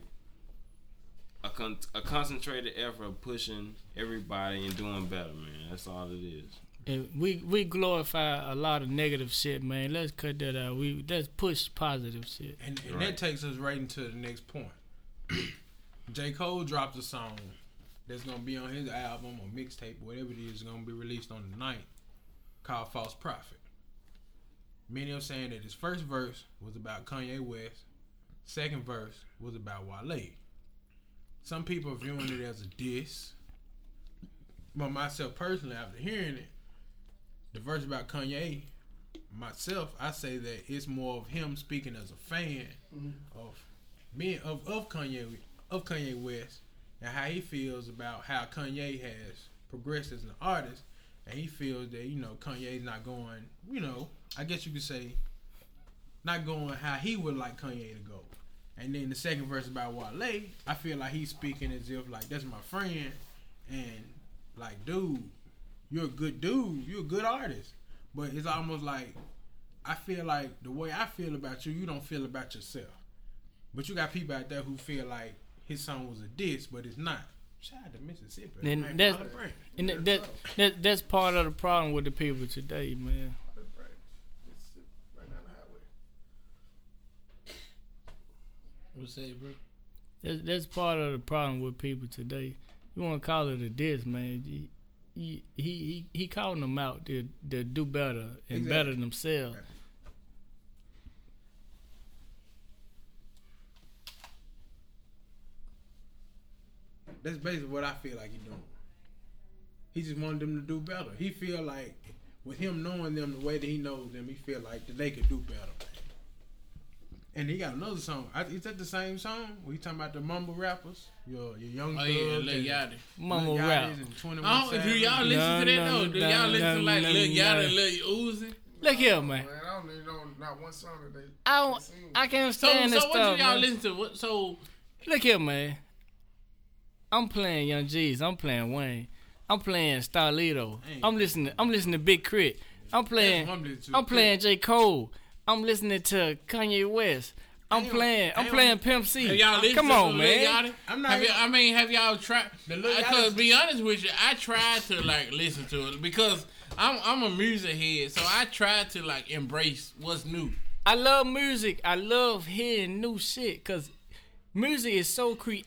a con- a concentrated effort of pushing everybody and doing better, man. That's all it is.
And we we glorify a lot of negative shit, man. Let's cut that out. We let's push positive shit.
And, and
Right.
that takes us right into the next point. J. Cole dropped a song that's gonna be on his album or mixtape, whatever it is, gonna be released on the night, called False Prophet. Many are saying that his first verse was about Kanye West, second verse was about Wale. Some people are viewing it as a diss. But myself personally, after hearing it, the verse about Kanye, myself, I say that it's more of him speaking as a fan of being of, of Kanye of Kanye West and how he feels about how Kanye has progressed as an artist and he feels that, you know, Kanye's not going, you know, I guess you could say not going how he would like Kanye to go. And then the second verse about Wale, I feel like he's speaking as if like that's my friend, and like dude, you're a good dude, you're a good artist, but it's almost like I feel like the way I feel about you, you don't feel about yourself. But you got people out there who feel like his song was a diss, but it's not. Shout out to Mississippi.
Then
man,
that's-
Carter Brand.
And that, that, that that's part of the problem with the people today, man.
What's that, bro?
That's, that's part of the problem with people today. You want to call it a diss, man? He he he, he calling them out to to do better and
Exactly.
better themselves.
That's basically what I feel like he doing. He just wanted them to do better. He feel like with him knowing them the way that he knows them, he feel like that they could do better. And he got another song. I, is that the same song? We talking about the mumble rappers, your your young
Oh
Thug
yeah, Lil
and
Yachty.
Mama
Lil Yachty's
rap.
and 21
Oh, do y'all
Savages.
listen to that
No,
though?
no,
Do
no,
y'all listen to
no,
like
no,
Lil
no.
Yachty, Lil Uzi?
Look here, man.
Man, I don't even know not one song that they.
I don't, I can't
So,
stand this
so what
stuff.
do y'all
man.
listen to? What, so
Look here, man. I'm playing Young G's. I'm playing Wayne. I'm playing Starlito.
Dang.
I'm listening. I'm listening to Big Crit. I'm playing.
what I'm listening to,
I'm
Crit.
playing J Cole. I'm listening to Kanye West. I'm playing. I'm
damn.
playing Pimp C.
Have y'all listen
Come
to
on,
Lil
man.
Yachty?
I'm not
Have
even-
y'all, I mean, have y'all tried?
Lil Yachty-
Because be honest with you, I tried to like listen to it because I'm I'm a music head, so I tried to like embrace what's new.
I love music. I love hearing new shit because music is so creative.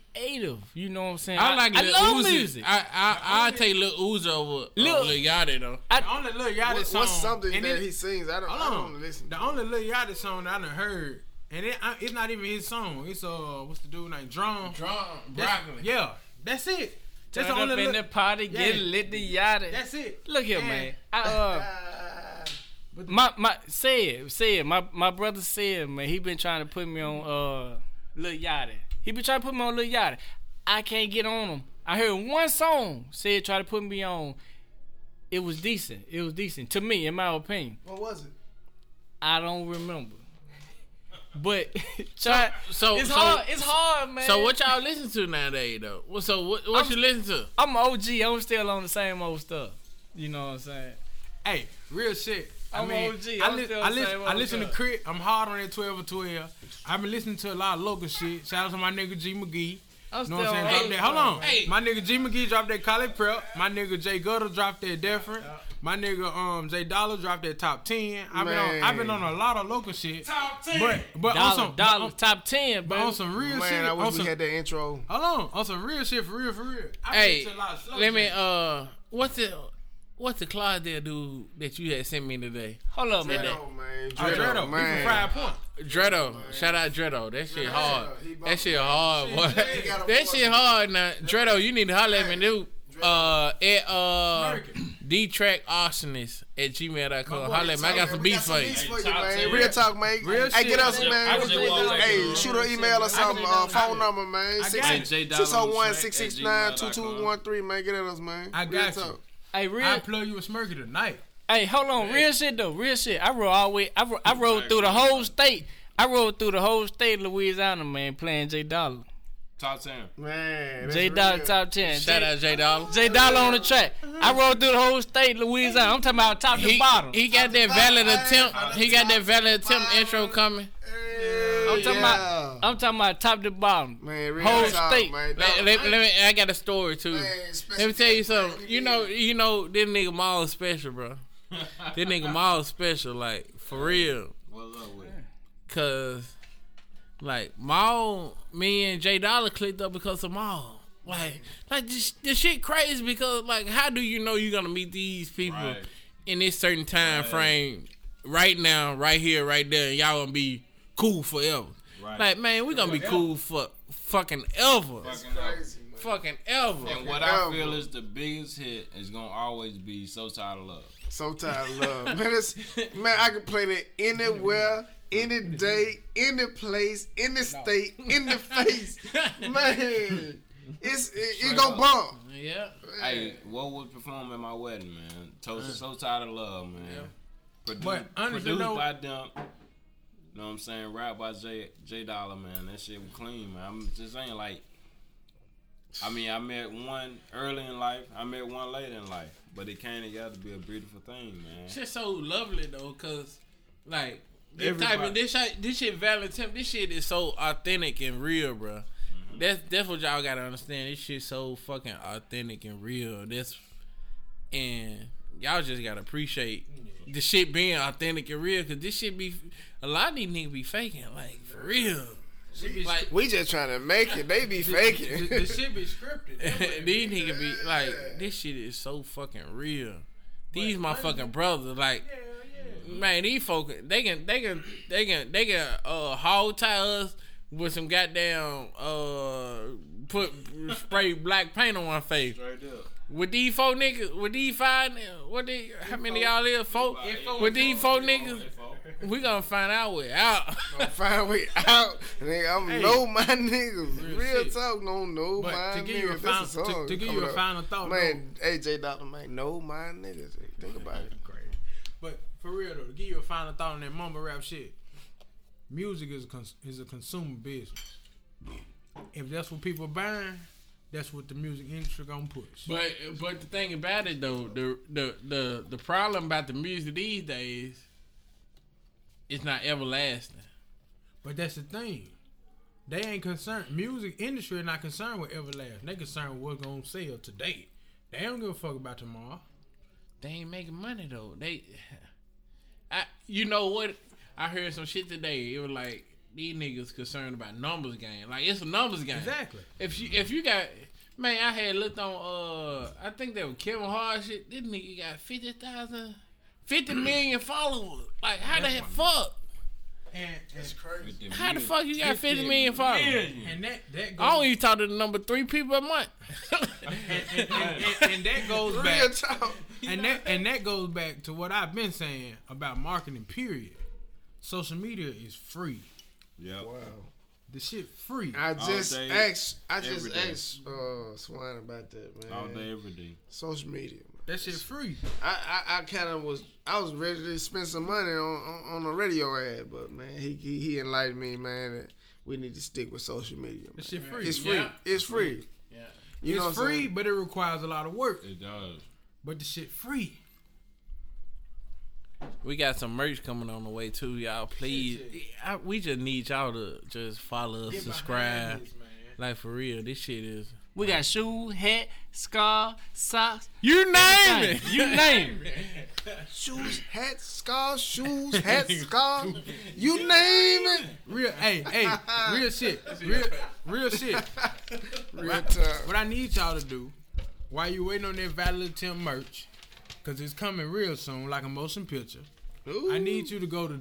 You know what I'm saying?
I like
I
Lil
love
Uzi.
music.
I I I take Lil Uzi over Lil,
Lil-
Lil Yachty though.
The only Lil Yachty
What,
song.
what's something
and
that
it-
he sings? I don't, I
Hold
don't
on.
listen.
The
To.
only Lil Yachty song I done heard, and it, I, it's not even his song. It's uh, what's the dude named Drum?
Drum
That's-
broccoli.
Yeah, that's it. That's
Turn
the
up
only.
in
Lil-
the party, get
Yeah.
lit the yada.
that's it.
Look here,
And-
man. I, uh,
Ah,
My my said said my my brother said man he been trying to put me on uh Lil Yachty. He been trying to put me on Lil Yachty. I can't get on him. I heard one song said try to put me on. It was decent. It was decent to me in my opinion.
what was it?
I don't remember. But try,
so-
it's
so-
hard. It's hard, man.
So what y'all listen to nowadays though? What so what what
I'm-
you listen to?
I'm OG. I'm still on the same old stuff. You know what I'm saying?
Hey, real shit. I
I'm
mean,
OG.
I,
I'm
li-
still
I,
the
listen,
same
I
old
listen to
guy.
Crit. I'm hard on that 12 or 12. I've been listening to a lot of local shit. Shout out to my nigga G McGee.
I'm
know
still
what I'm saying?
on
Drop that. Hold on.
Hey.
My nigga G McGee dropped that college prep. My nigga Jay Gutter dropped that different. My nigga um Jay Dollar dropped that top ten. I've been on
Man.
I've been on a lot of local shit.
Top ten.
But but
Dollar,
on some but
dollar,
on-
top ten,
but
bro.
on some real shit.
Man, I
on
wish
some,
we had that intro.
Hold on. On some real shit for real for real. I
Hey,
listen to a lot of slow
let me
shit.
uh, what's the what's the Claudel dude that you had sent me today?
Hold up, man.
Dredo, man.
Oh, Dredo,
Dredo,
he
man.
from Fried Point.
Dredo, shout out Dredo. That shit hard.
He
That shit hard. Boy.
he got a
That
voice.
shit hard. Now, Dredo, you need to holler at me, dude. Uh, at uh,
American.
dtrack arsonist at gmail.com.
boy,
Holler at me. I got
Man,
some
we
beats for you.
beats
Hey, top
man.
tier.
Real talk, man.
Real
hey,
shit.
get us,
Yeah,
man.
I was just walking back
Hey,
there.
shoot an email or something. Uh, phone number, man.
got it.
601 669 2213, man. Get at us, man.
I got
Real
you.
talk.
Hey, real.
I plug you a Smurky tonight.
Hey, hold on, real shit though, real shit. I rode all the way. I rode, I rode through the whole state. I rode through the whole state of Louisiana, man, playing J Dollar.
Top ten.
Man. that's
J Dollar
real.
top ten.
Shout out J Dollar.
J Dollar on the track. I rode through the whole state, of Louisiana. I'm talking about top to
He,
bottom.
he got that valid attempt. He got that valid attempt
Bottom.
intro coming.
Hey,
I'm talking
yeah.
about. I'm talking about top to bottom.
Man, real
whole
talk,
state.
man.
Let, let- let me. I got a story too. Let me tell you something. You know, you know, this nigga Maul is special, bro. This nigga Maul is special, like for real.
What's up with it?
Cause like Maul, me and J Dollar clicked up because of Maul. Like, like this, this shit crazy because like, how do you know you're gonna meet these people
Right.
in this certain time frame, right now, right here, right there, and y'all gonna be cool forever?
Right.
Like, man, we gonna be cool for
fucking ever.
Fucking up.
man.
Fucking ever.
And what I feel is the biggest hit is gonna always be "So Tired of Love."
So tired of love. man, it's, man, I can play that anywhere, any day, any place, any state, in the face. Man, it's it, it go
up.
bump.
Yeah.
Hey, what was performed at my wedding, man? Toast "So Tired of Love," man. Produ-
But honestly,
produced
though-
by Dump. Know what I'm saying? Rap by J J Dollar, man. That shit was clean, man. I'm just saying, like, I mean, I met one early in life. I met one late in life, but it came together to be a beautiful thing, man.
Shit's so lovely though, cause like this type of
Everybody-
this shit, this shit Valentine, this shit is so authentic and real, bro. That's that's what y'all gotta understand. This shit so fucking authentic and real. That's and y'all just gotta appreciate the shit being authentic and real, cause this shit be a lot of these niggas be faking, like for real. Like
We just trying to make it. They be faking.
The shit be scripted. That's what it
these niggas be like, this shit is so fucking real. These my fucking brothers, like, man, these folk, they can, they can, they can, they can, uh, hog tie us with some goddamn, uh, put spray black paint on my face.
Straight up.
With these four niggas, with these five, ni- what they, how many y'all is? Four. With these four niggas, we gonna find out way out.
Find way out. Nigga, I'm know my niggas. Real,
shit.
talk, don't know
But
my
to give you a
niggas. That's
final- to-
song
to give you
coming
a
up.
final thought,
man. AJ Doctor, man, know my niggas. Think about it.
crazy. But for real though, to give you a final thought on that mumble rap shit, music is a cons- is a consumer business. If that's what people buying, that's what the music industry gonna push.
But but the thing about it though, the the the, the problem about the music these days, it's not everlasting.
But that's the thing. They ain't concerned. Music industry not concerned with everlasting. They concerned with what's gonna sell today. They don't give a fuck about tomorrow.
They ain't making money though. They, I you know what? I heard some shit today. It was like these niggas concerned about numbers game. Like it's a numbers game.
Exactly.
If you if you got man, I had looked on uh I think that was Kevin Hart shit. This nigga got 50,000, 50 million followers. Like how the heck fuck?
And and,
How the fuck you got 50 million followers?
and that that
I don't
goes,
even talk to the number three people a month.
and, and, and, and, and that goes back.
Real talk.
and that and that goes back to what I've been saying about marketing. Period. Social media is free.
Yep.
Wow.
The shit free.
I just
day,
asked. I
every
just
day.
asked uh, Swine about that,
All
man.
day, every day.
Social media.
that shit free.
I, I, I kind of was I was ready to spend some money on on, on a radio ad, but man, he, he he enlightened me, man. That we need to stick with social media. man.
That shit free.
It's free.
Yeah.
It's free.
Yeah.
You know
it's
what I'm
free,
saying?
but it requires a lot of work.
It does.
But the shit free.
We got some merch coming on the way too, y'all. Please, I, we just need y'all to just follow us, subscribe. Like for real, this shit is.
We got shoe, hat, scarf, socks.
You name
everything.
it.
You name it.
Shoes, hats, scarves, shoes, hats, scarves. You name it.
Real. hey, hey. Real shit. Real, real shit.
Real talk.
What I need y'all to do, while you waiting on that Violet Temp merch, cause it's coming real soon, like a motion picture. I need you to go to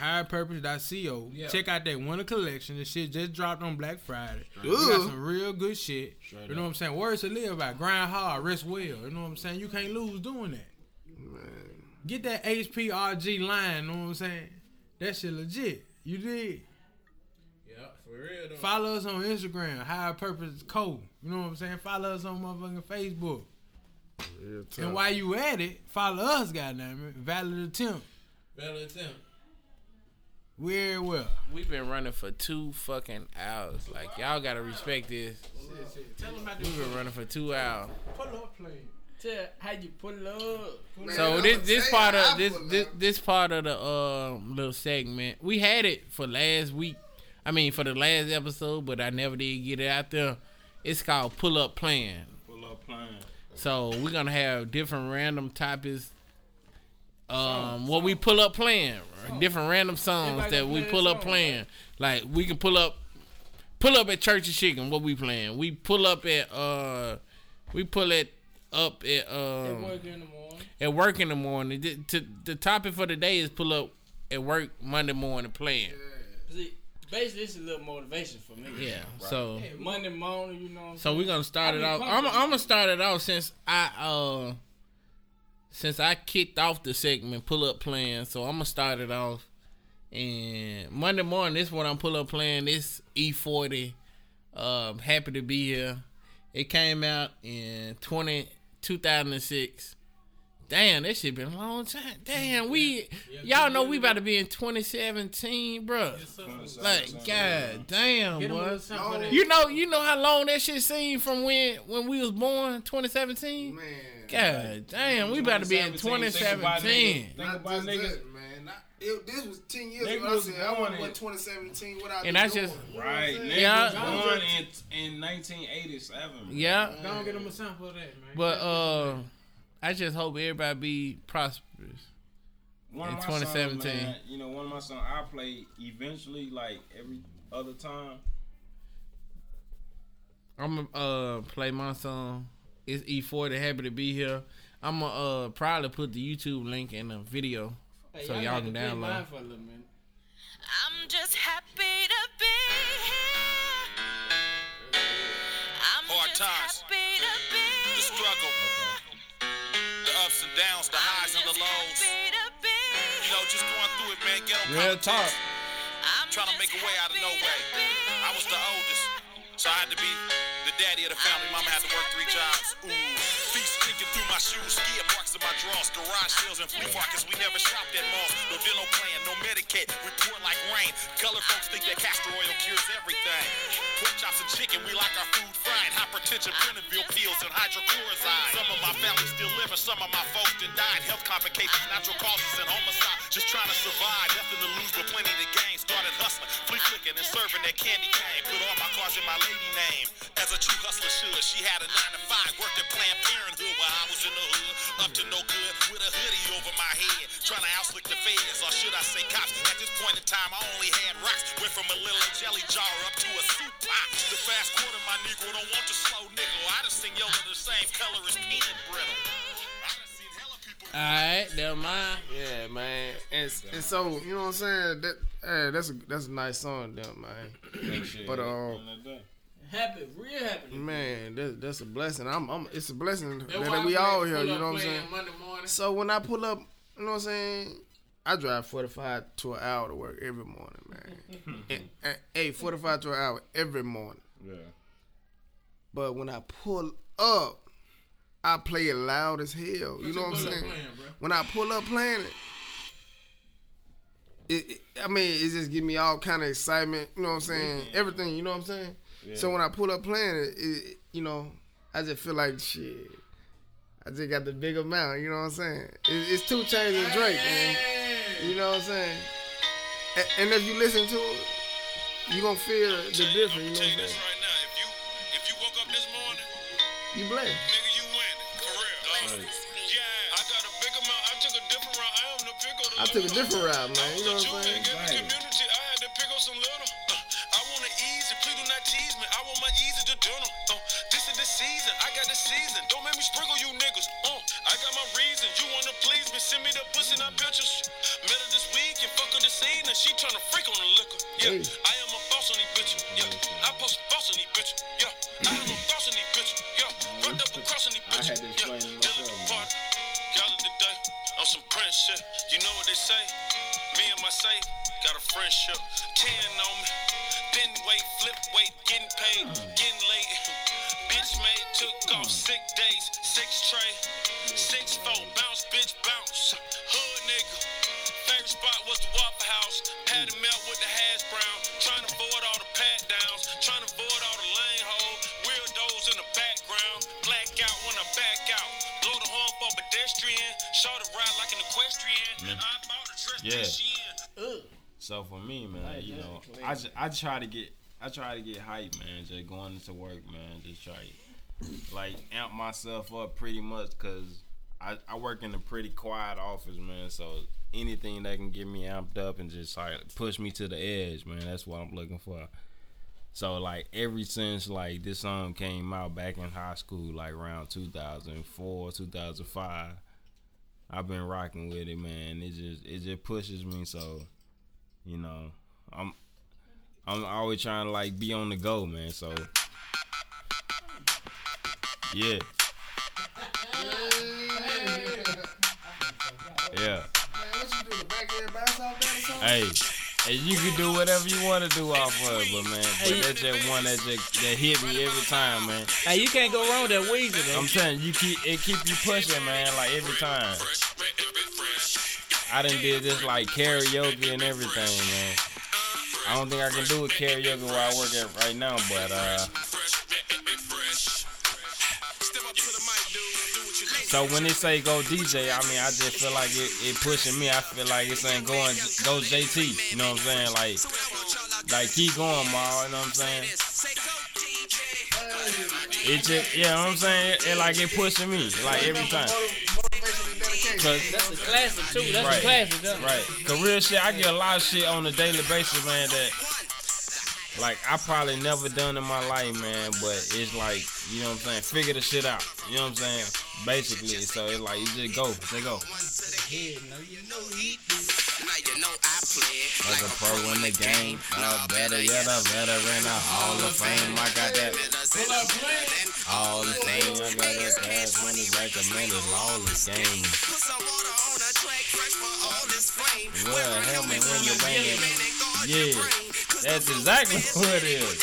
www.higherpurpose.co. Check out that winter collection. The shit just dropped on Black Friday. We got
Ooh.
some real good shit. you know what I'm saying? Words to live by. Grind hard, rest well. You know what I'm saying? You can't lose doing that. Get that HPRG line. You know what I'm saying? That shit legit. You did.
Yeah, for real though.
Follow us on Instagram, Higher Purpose Co. You know what I'm saying? Follow us on motherfucking Facebook.
Real
And
talk.
while you at it, follow us, goddamn it. Valid attempt.
Better attempt.
We're well.
We've been running for two fucking hours. Like y'all gotta respect this.
Tell them about
We've been running for two hours.
pull-up play.
Tell how you pull up.
Man,
So
I'm
this
gonna
this
tell
part
you,
of
I
this
pull
this
up.
this part of the um little segment we had it for last week. I mean for the last episode, but I never did get it out there. It's called pull up plan.
Pull up plan.
So we're gonna have different random topics. Um, what we pull up playing, different random songs
Everybody
that
gonna
we
play
pull
their
up
song,
playing. Like we can pull up, pull up at Church of Chicken. What we playing? We pull up at uh, we pull it up at um
Work in the morning.
at work in the morning. The, to, the topic for the day is pull up at work Monday morning playing.
See, Basically, this is a little motivation for me.
Yeah. So
Monday morning, you know. What I'm
so we're gonna start it
I
off.
mean,
I'm
fuck it.
I'm gonna start it off since I uh since I kicked off the segment pull up plan. So I'm gonna start it off. And Monday morning, this one I'm pull up playing. This E40. Um, happy to be here. It came out in 20, 2006. Damn, that shit been a long time. Damn, we y'all know we about to be in twenty seventeen, bruh. Like, god damn, boy. You know, you know how long that shit seemed from when when we was born, 2017.
Man.
God damn, we about to be in 2017,
Think
Not
about
just
niggas.
that, man. Not, it, this was 10 years
Niggas
ago. I
was
said, I want
born in-
2017. What I
and
be
I
doing?
just
Right, niggas
Yeah.
born in, in 1987.
yeah.
Don't get him a sample of that, man.
But uh, I just hope everybody be prosperous.
One
In
of my
2017.
songs, man, you know, one of my songs I play eventually, like every other time.
I'm gonna uh, play my song. It's E E40. Happy to be here. I'm gonna uh, probably put the YouTube link in the video
saying?
so
Hey,
y'all
got to
can
play mine
download.
for a little minute.
I'm just happy to be here. I'm
Hard
just
times.
happy to be
The struggle,
here.
the ups and downs, the
I'm
highs
just
and the lows.
happy to be
You know, just going through it, man. Ghetto
Real
politics.
talk.
I'm
trying to
just
make a way out of no
happy to
way.
be
I was the oldest, so I had to be the daddy of the family. Mama had to work three jobs. Ooh, feet sticking through my shoes, skid marks in my drawers, garage sales and flea markets. We never shopped at malls. No Vino plan, no Medicaid. We pour like rain. Color folks think that castor oil cures everything. Pork chops and chicken, we like our food fried. Hypertension, Benadryl pills, and hydrochloride. Some of my family still living, some of my folks done died. Health complications, natural causes, and homicide. Just trying to survive, nothing to lose, but plenty to gain. Started hustling, flea flicking, and serving that candy cane. Put all my cars in my lady name. As a true hustler should, she had a nine to five. Worked at Planned Parenthood while I was in the hood. Up to no good, with a hoodie over my head. Trying to outslick the feds, or should I say cops? At this point in time, I only had rocks. Went from a little jelly jar up to a soup pot. The fast quarter, my Negro don't want the slow nickel. I done seen yellow the same color as peanut brittle. I done seen hella people.
All right, never mind.
Yeah, man. And, and so, you know what I'm saying? That, hey, that's a that's a nice song, them, man. But, uh,
Happy, real happy.
Man, that, that's a blessing. I'm, I'm it's a blessing that,
That's why
we
I
all
play
here.
Pull
You
Up
know what I'm
Plan
saying?
Monday morning.
So when I pull up, you know what I'm saying? I drive 45 to an hour to work every morning, man. and, and, hey, 45 to an hour every morning.
Yeah.
But when I pull up, I play it loud as hell. You know
pull
what I'm
up
saying?
playing, bro?
when I pull up playing it, it, it- I mean, it just give me all kind of excitement. You know what I'm saying? Everything. You know what I'm saying? So when I pull up playing it, it, you know, I just feel like shit. I just got the big amount. You know what I'm saying? It, it's two chains and Drake, man. You know what I'm saying? A- And, if you listen to it, you gonna feel the difference. You know what I'm
Tell you this
saying?
right now. If you if you woke up this morning,
You blessed.
nigga, you win. For real. Yeah, I got a big amount. I took a different route. I am the pick on the
I took a different route, man.
I was
You know what
a
I'm
Jew in
saying?
every community. I had to pick up some little. Uh, I want to ease it. Please do not tease me. I want my Yeezy to journal. Uh, this is the season. I got the season. Don't make me sprinkle you niggas. Uh, I got my reason. You want to please me. Send me the pussy, not pictures. Met her this week and fuck her this evening. She trying to freak on the liquor. Yeah, I am a boss on these bitches. Yeah, I post boss on these bitches. Yeah, I am a boss on these bitches. Yeah, rubbed up across on these
I
bitches.
had to explain
yeah,
it myself, man.
part. Y'all today on some Prince shit. You know what they say? Me and my safe got a friendship. Ten on me. Been weight, flip weight, getting paid, getting late. bitch made, took off six days, six tray, six phone, bounce, bitch, bounce. Hood nigga. Favorite spot was the Waffle House. Patty melt with the hash brown. Trying to avoid all the pat downs. Trying to avoid all the lane holes. Weirdos in the background. Black out when I back out. Blow the horn for pedestrian. Short the ride like an equestrian. I bought the dress
Yeah.
that she in.
So for me, man, you know, I, ju- I try to get I try to get hype, man. Just going into work, man. Just try to like amp myself up pretty much because I, I work in a pretty quiet office, man. So anything that can get me amped up and just like push me to the edge, man. That's what I'm looking for. So like ever since like this song came out back in high school, like around 2004, 2005, I've been rocking with it, man. It just it just pushes me so you know i'm I'm always trying to like be on the go, man. So yeah, yeah.
what you do? Back there, bounce off that or something?
Hey, hey, you can do whatever you want to do off of it, but man, but that's that one that just, that hit me every time, man.
Hey, you can't go wrong with that Weezy, though.
I'm saying you keep it keep you pushing, man. Like every time. I done did this like karaoke and everything, man. I don't think I can do a karaoke where I work at right now, but uh. So when they say go DJ, I mean I just feel like it, it pushing me. I feel like it's saying going go JT. You know what I'm saying? Like like keep going, ma. You know what I'm saying? It just yeah, you know what I'm saying. It, it like it pushing me like every time.
Motivation and dedication.
Cause
That's a classic, too. That's
Right.
a classic, though.
Right. Cause real shit, I get a lot of shit on a daily basis, man, that like I probably never done in my life, man, but it's like, you know what I'm saying, figure the shit out. You know what I'm saying? Basically. So it's like you just go, just go. Like a pro in the game, uh, better yet a veteran, a hall of fame. I got that all the fame. I got that cash money recommended, lawless game. Well, help me when you're banging. Yeah, that's exactly what it is.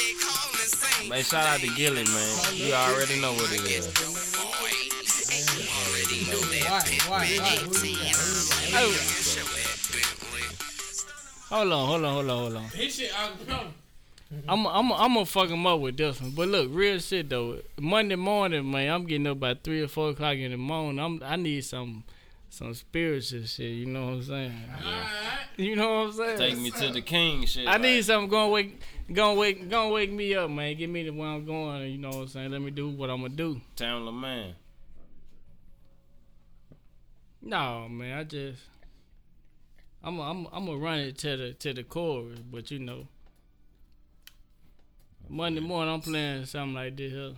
Man, shout out to Gilly, man. You already know what it is.
Hold on, hold on, hold on, hold on.
This shit, I no.
I'm I'm I'm gonna fuck him up with this one. But look, real shit though. Monday morning, man, I'm getting up by three or four o'clock in the morning. I'm I need some some spiritual shit. You know what I'm saying? You know what I'm saying?
Take me to the king shit.
I
like,
need something gonna wake gonna wake gonna wake me up, man. Get me to where I'm going. You know what I'm saying? Let me do what I'm gonna do.
Town LeMan.
No, man, I just I'm i I'm I'm gonna run it to the to the chorus, but you know. Monday morning I'm playing something like this here.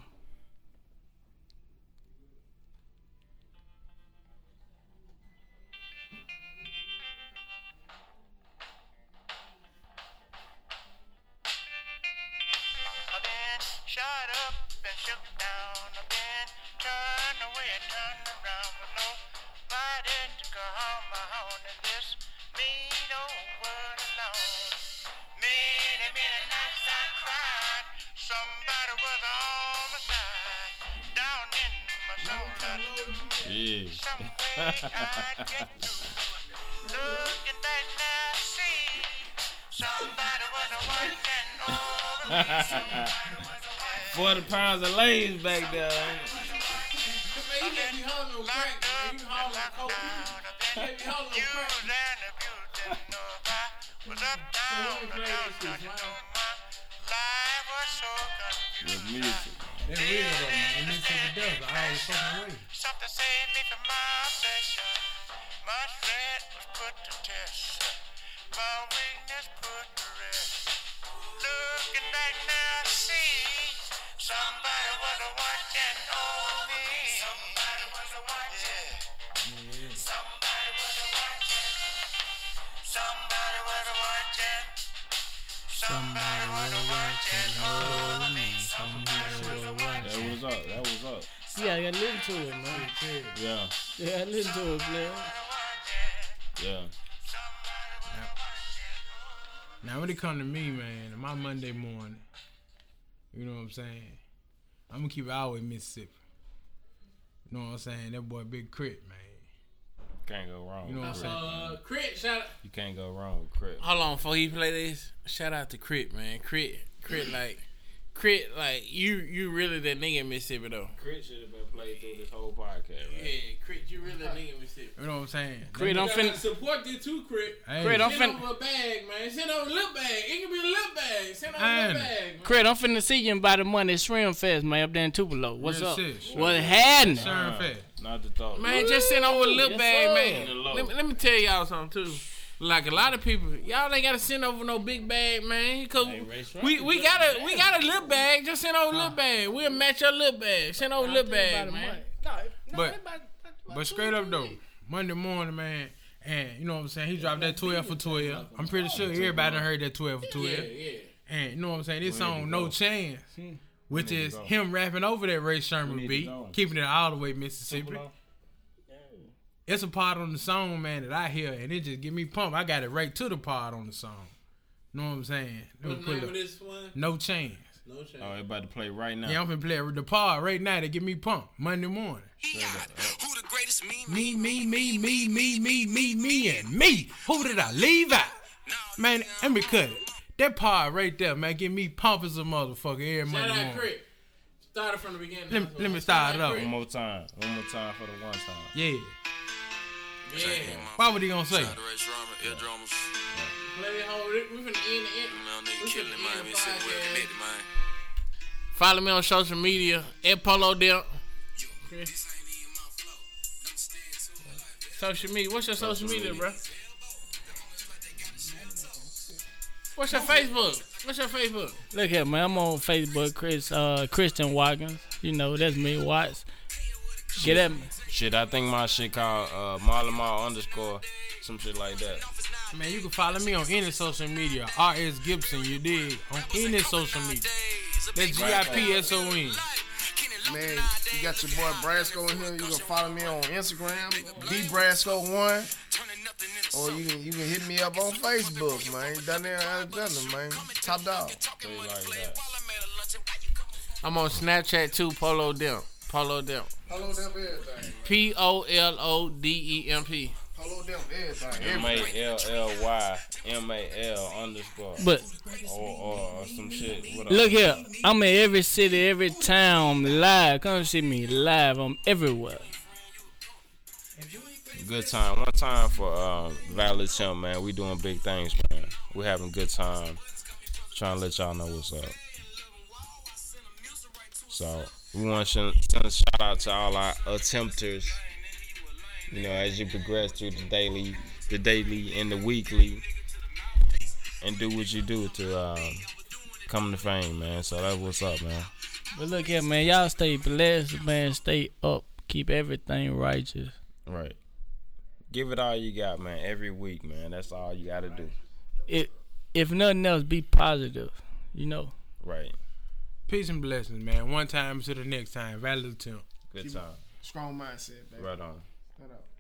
I've been shot up and shook down. I've been turned away and turned around with nobody to go home my own. And this mean old world alone. Many, many nights I cried. Somebody was on my side. Down in my soul, I knew
Yeah.
some way I'd get through. Look at that now, see. Somebody was a watching over me.
Forty pounds of lays back there.
Man, you can't be hollering with crack, man. You can holler with coke. You can't be hollering with crack.
With music.
That real though, man. It means something does. I always fucking with it.
Something saved me from my obsession. My strength was put to test. My weakness put to rest. Looking back now, I see somebody was a watching over me. Somebody was a watching. Somebody was a watching. Somebody was a watching. Somebody was a watching over me. Somebody was a watching.
That was up. That was up.
Yeah, I gotta listen to it, man.
Yeah.
Yeah, I listen to it, player.
Yeah.
Now when it come to me, man, my Monday morning, you know what I'm saying? I'm gonna keep it out with Mississippi. You know what I'm saying? That boy Big Crit, man.
Can't go wrong.
You know what I'm
with
saying?
Crip.
Uh, Crit, shout out.
You can't go wrong with Crip.
Hold on, before he play this, shout out to Crit, man. Crit, Crit, like, Crit, like, you, you really that nigga in Mississippi though.
Crip should have been played through this whole podcast,
Yeah, Crit, you really that nigga in Mississippi.
You know what I'm saying?
Crit, I'm
Gotta
finna
Support this too, Crit.
Hey,
Crit, I'm
Send
finna
over a bag, man. Send over a little bag. It can be a little bag. Send over a
Man.
little bag, man.
Crit, I'm finna see you in by the money at Shrimp Fest, man, up there in Tupelo. What's
Real
up?
shit, sure.
What happening?
Sharon Fett.
Not the thought.
Man, just send over a little
Yes,
bag,
sir.
man. Let me, let me tell y'all something too. Like a lot of people, y'all ain't gotta send over no big bag, man. Cause we, we got a we got a little bag. Just send over a little bag. We'll match your little bag. Send over a little bag, man.
But but straight up though, Monday morning, man, and you know what I'm saying? He dropped that 12 for 12. I'm pretty sure everybody done heard that 12 for 12.
Yeah,
And you know what I'm saying? This song No Chance, which is him rapping over that Ray Sherman
to
beat,
go.
keeping it all the way Mississippi. It's a part on the song, man, that I hear, and it just get me pumped. I got it right to the part on the song. You know what I'm saying? Let me
What's the
put it
name of
up.
this one?
No Chance.
No chance.
Oh, they about to play right now.
Yeah, I'm finna play with the part right now to get me pumped Monday morning.
Who the greatest me?
Me, me, me, me, me, me, me, me, and me. Who did I leave out? Man, let me cut it. That part right there, man, get me pumped as a motherfucker every
Shout
Monday
out
morning.
Crit. Started from the beginning.
Let me- let me start it up.
One more time. One more time for the one time.
Yeah.
Yeah.
Why would he gonna say?
Play it home. We finna end the end. We finna end the podcast.
Follow me on social media at Polo Dip. Social media. What's your social, media, bro? What's your Facebook? What's your Facebook?
Look here, man. I'm on Facebook, Chris uh, Christian Watkins. You know, that's me, Watts. Get at me.
Shit, I think my shit called uh, Marlamar underscore some shit like that.
Man, you can follow me on any social media. R.S. Gibson, you dig? On any social media. That's G-I-P-S-O-N.
Man, you got your boy Brasco in here. You can follow me on Instagram, dbrasco1, or you can you can hit me up on Facebook, man. Down there in Alexander, uh, man. Top dog.
Shit like that.
I'm on Snapchat too, Polo Dip. Polo Dip.
Hello, them everything.
P O L O D E M P.
Hello, them everything.
M
Everything.
A L L Y M A L underscore
But
or, or, or some shit. What
look here, I'm in every city, every town, live. Come see me live. I'm everywhere.
Good time. One time for um, Valid Chimp, man. We doing big things, man. We having good time. Trying to let y'all know what's up. So we want to send a shout out to all our attempters. You know, as you progress through the daily, the daily and the weekly, and do what you do to um, come to fame, man. So that's what's up, man.
But look here, man. Y'all stay blessed, man. Stay up. Keep everything righteous.
Right. Give it all you got, man. Every week, man. That's all you got to do.
It, if nothing else, be positive. You know.
Right.
Peace and blessings, man. One time to the next time. Valid attempt.
Good time.
Strong mindset, baby.
Right on.
Right.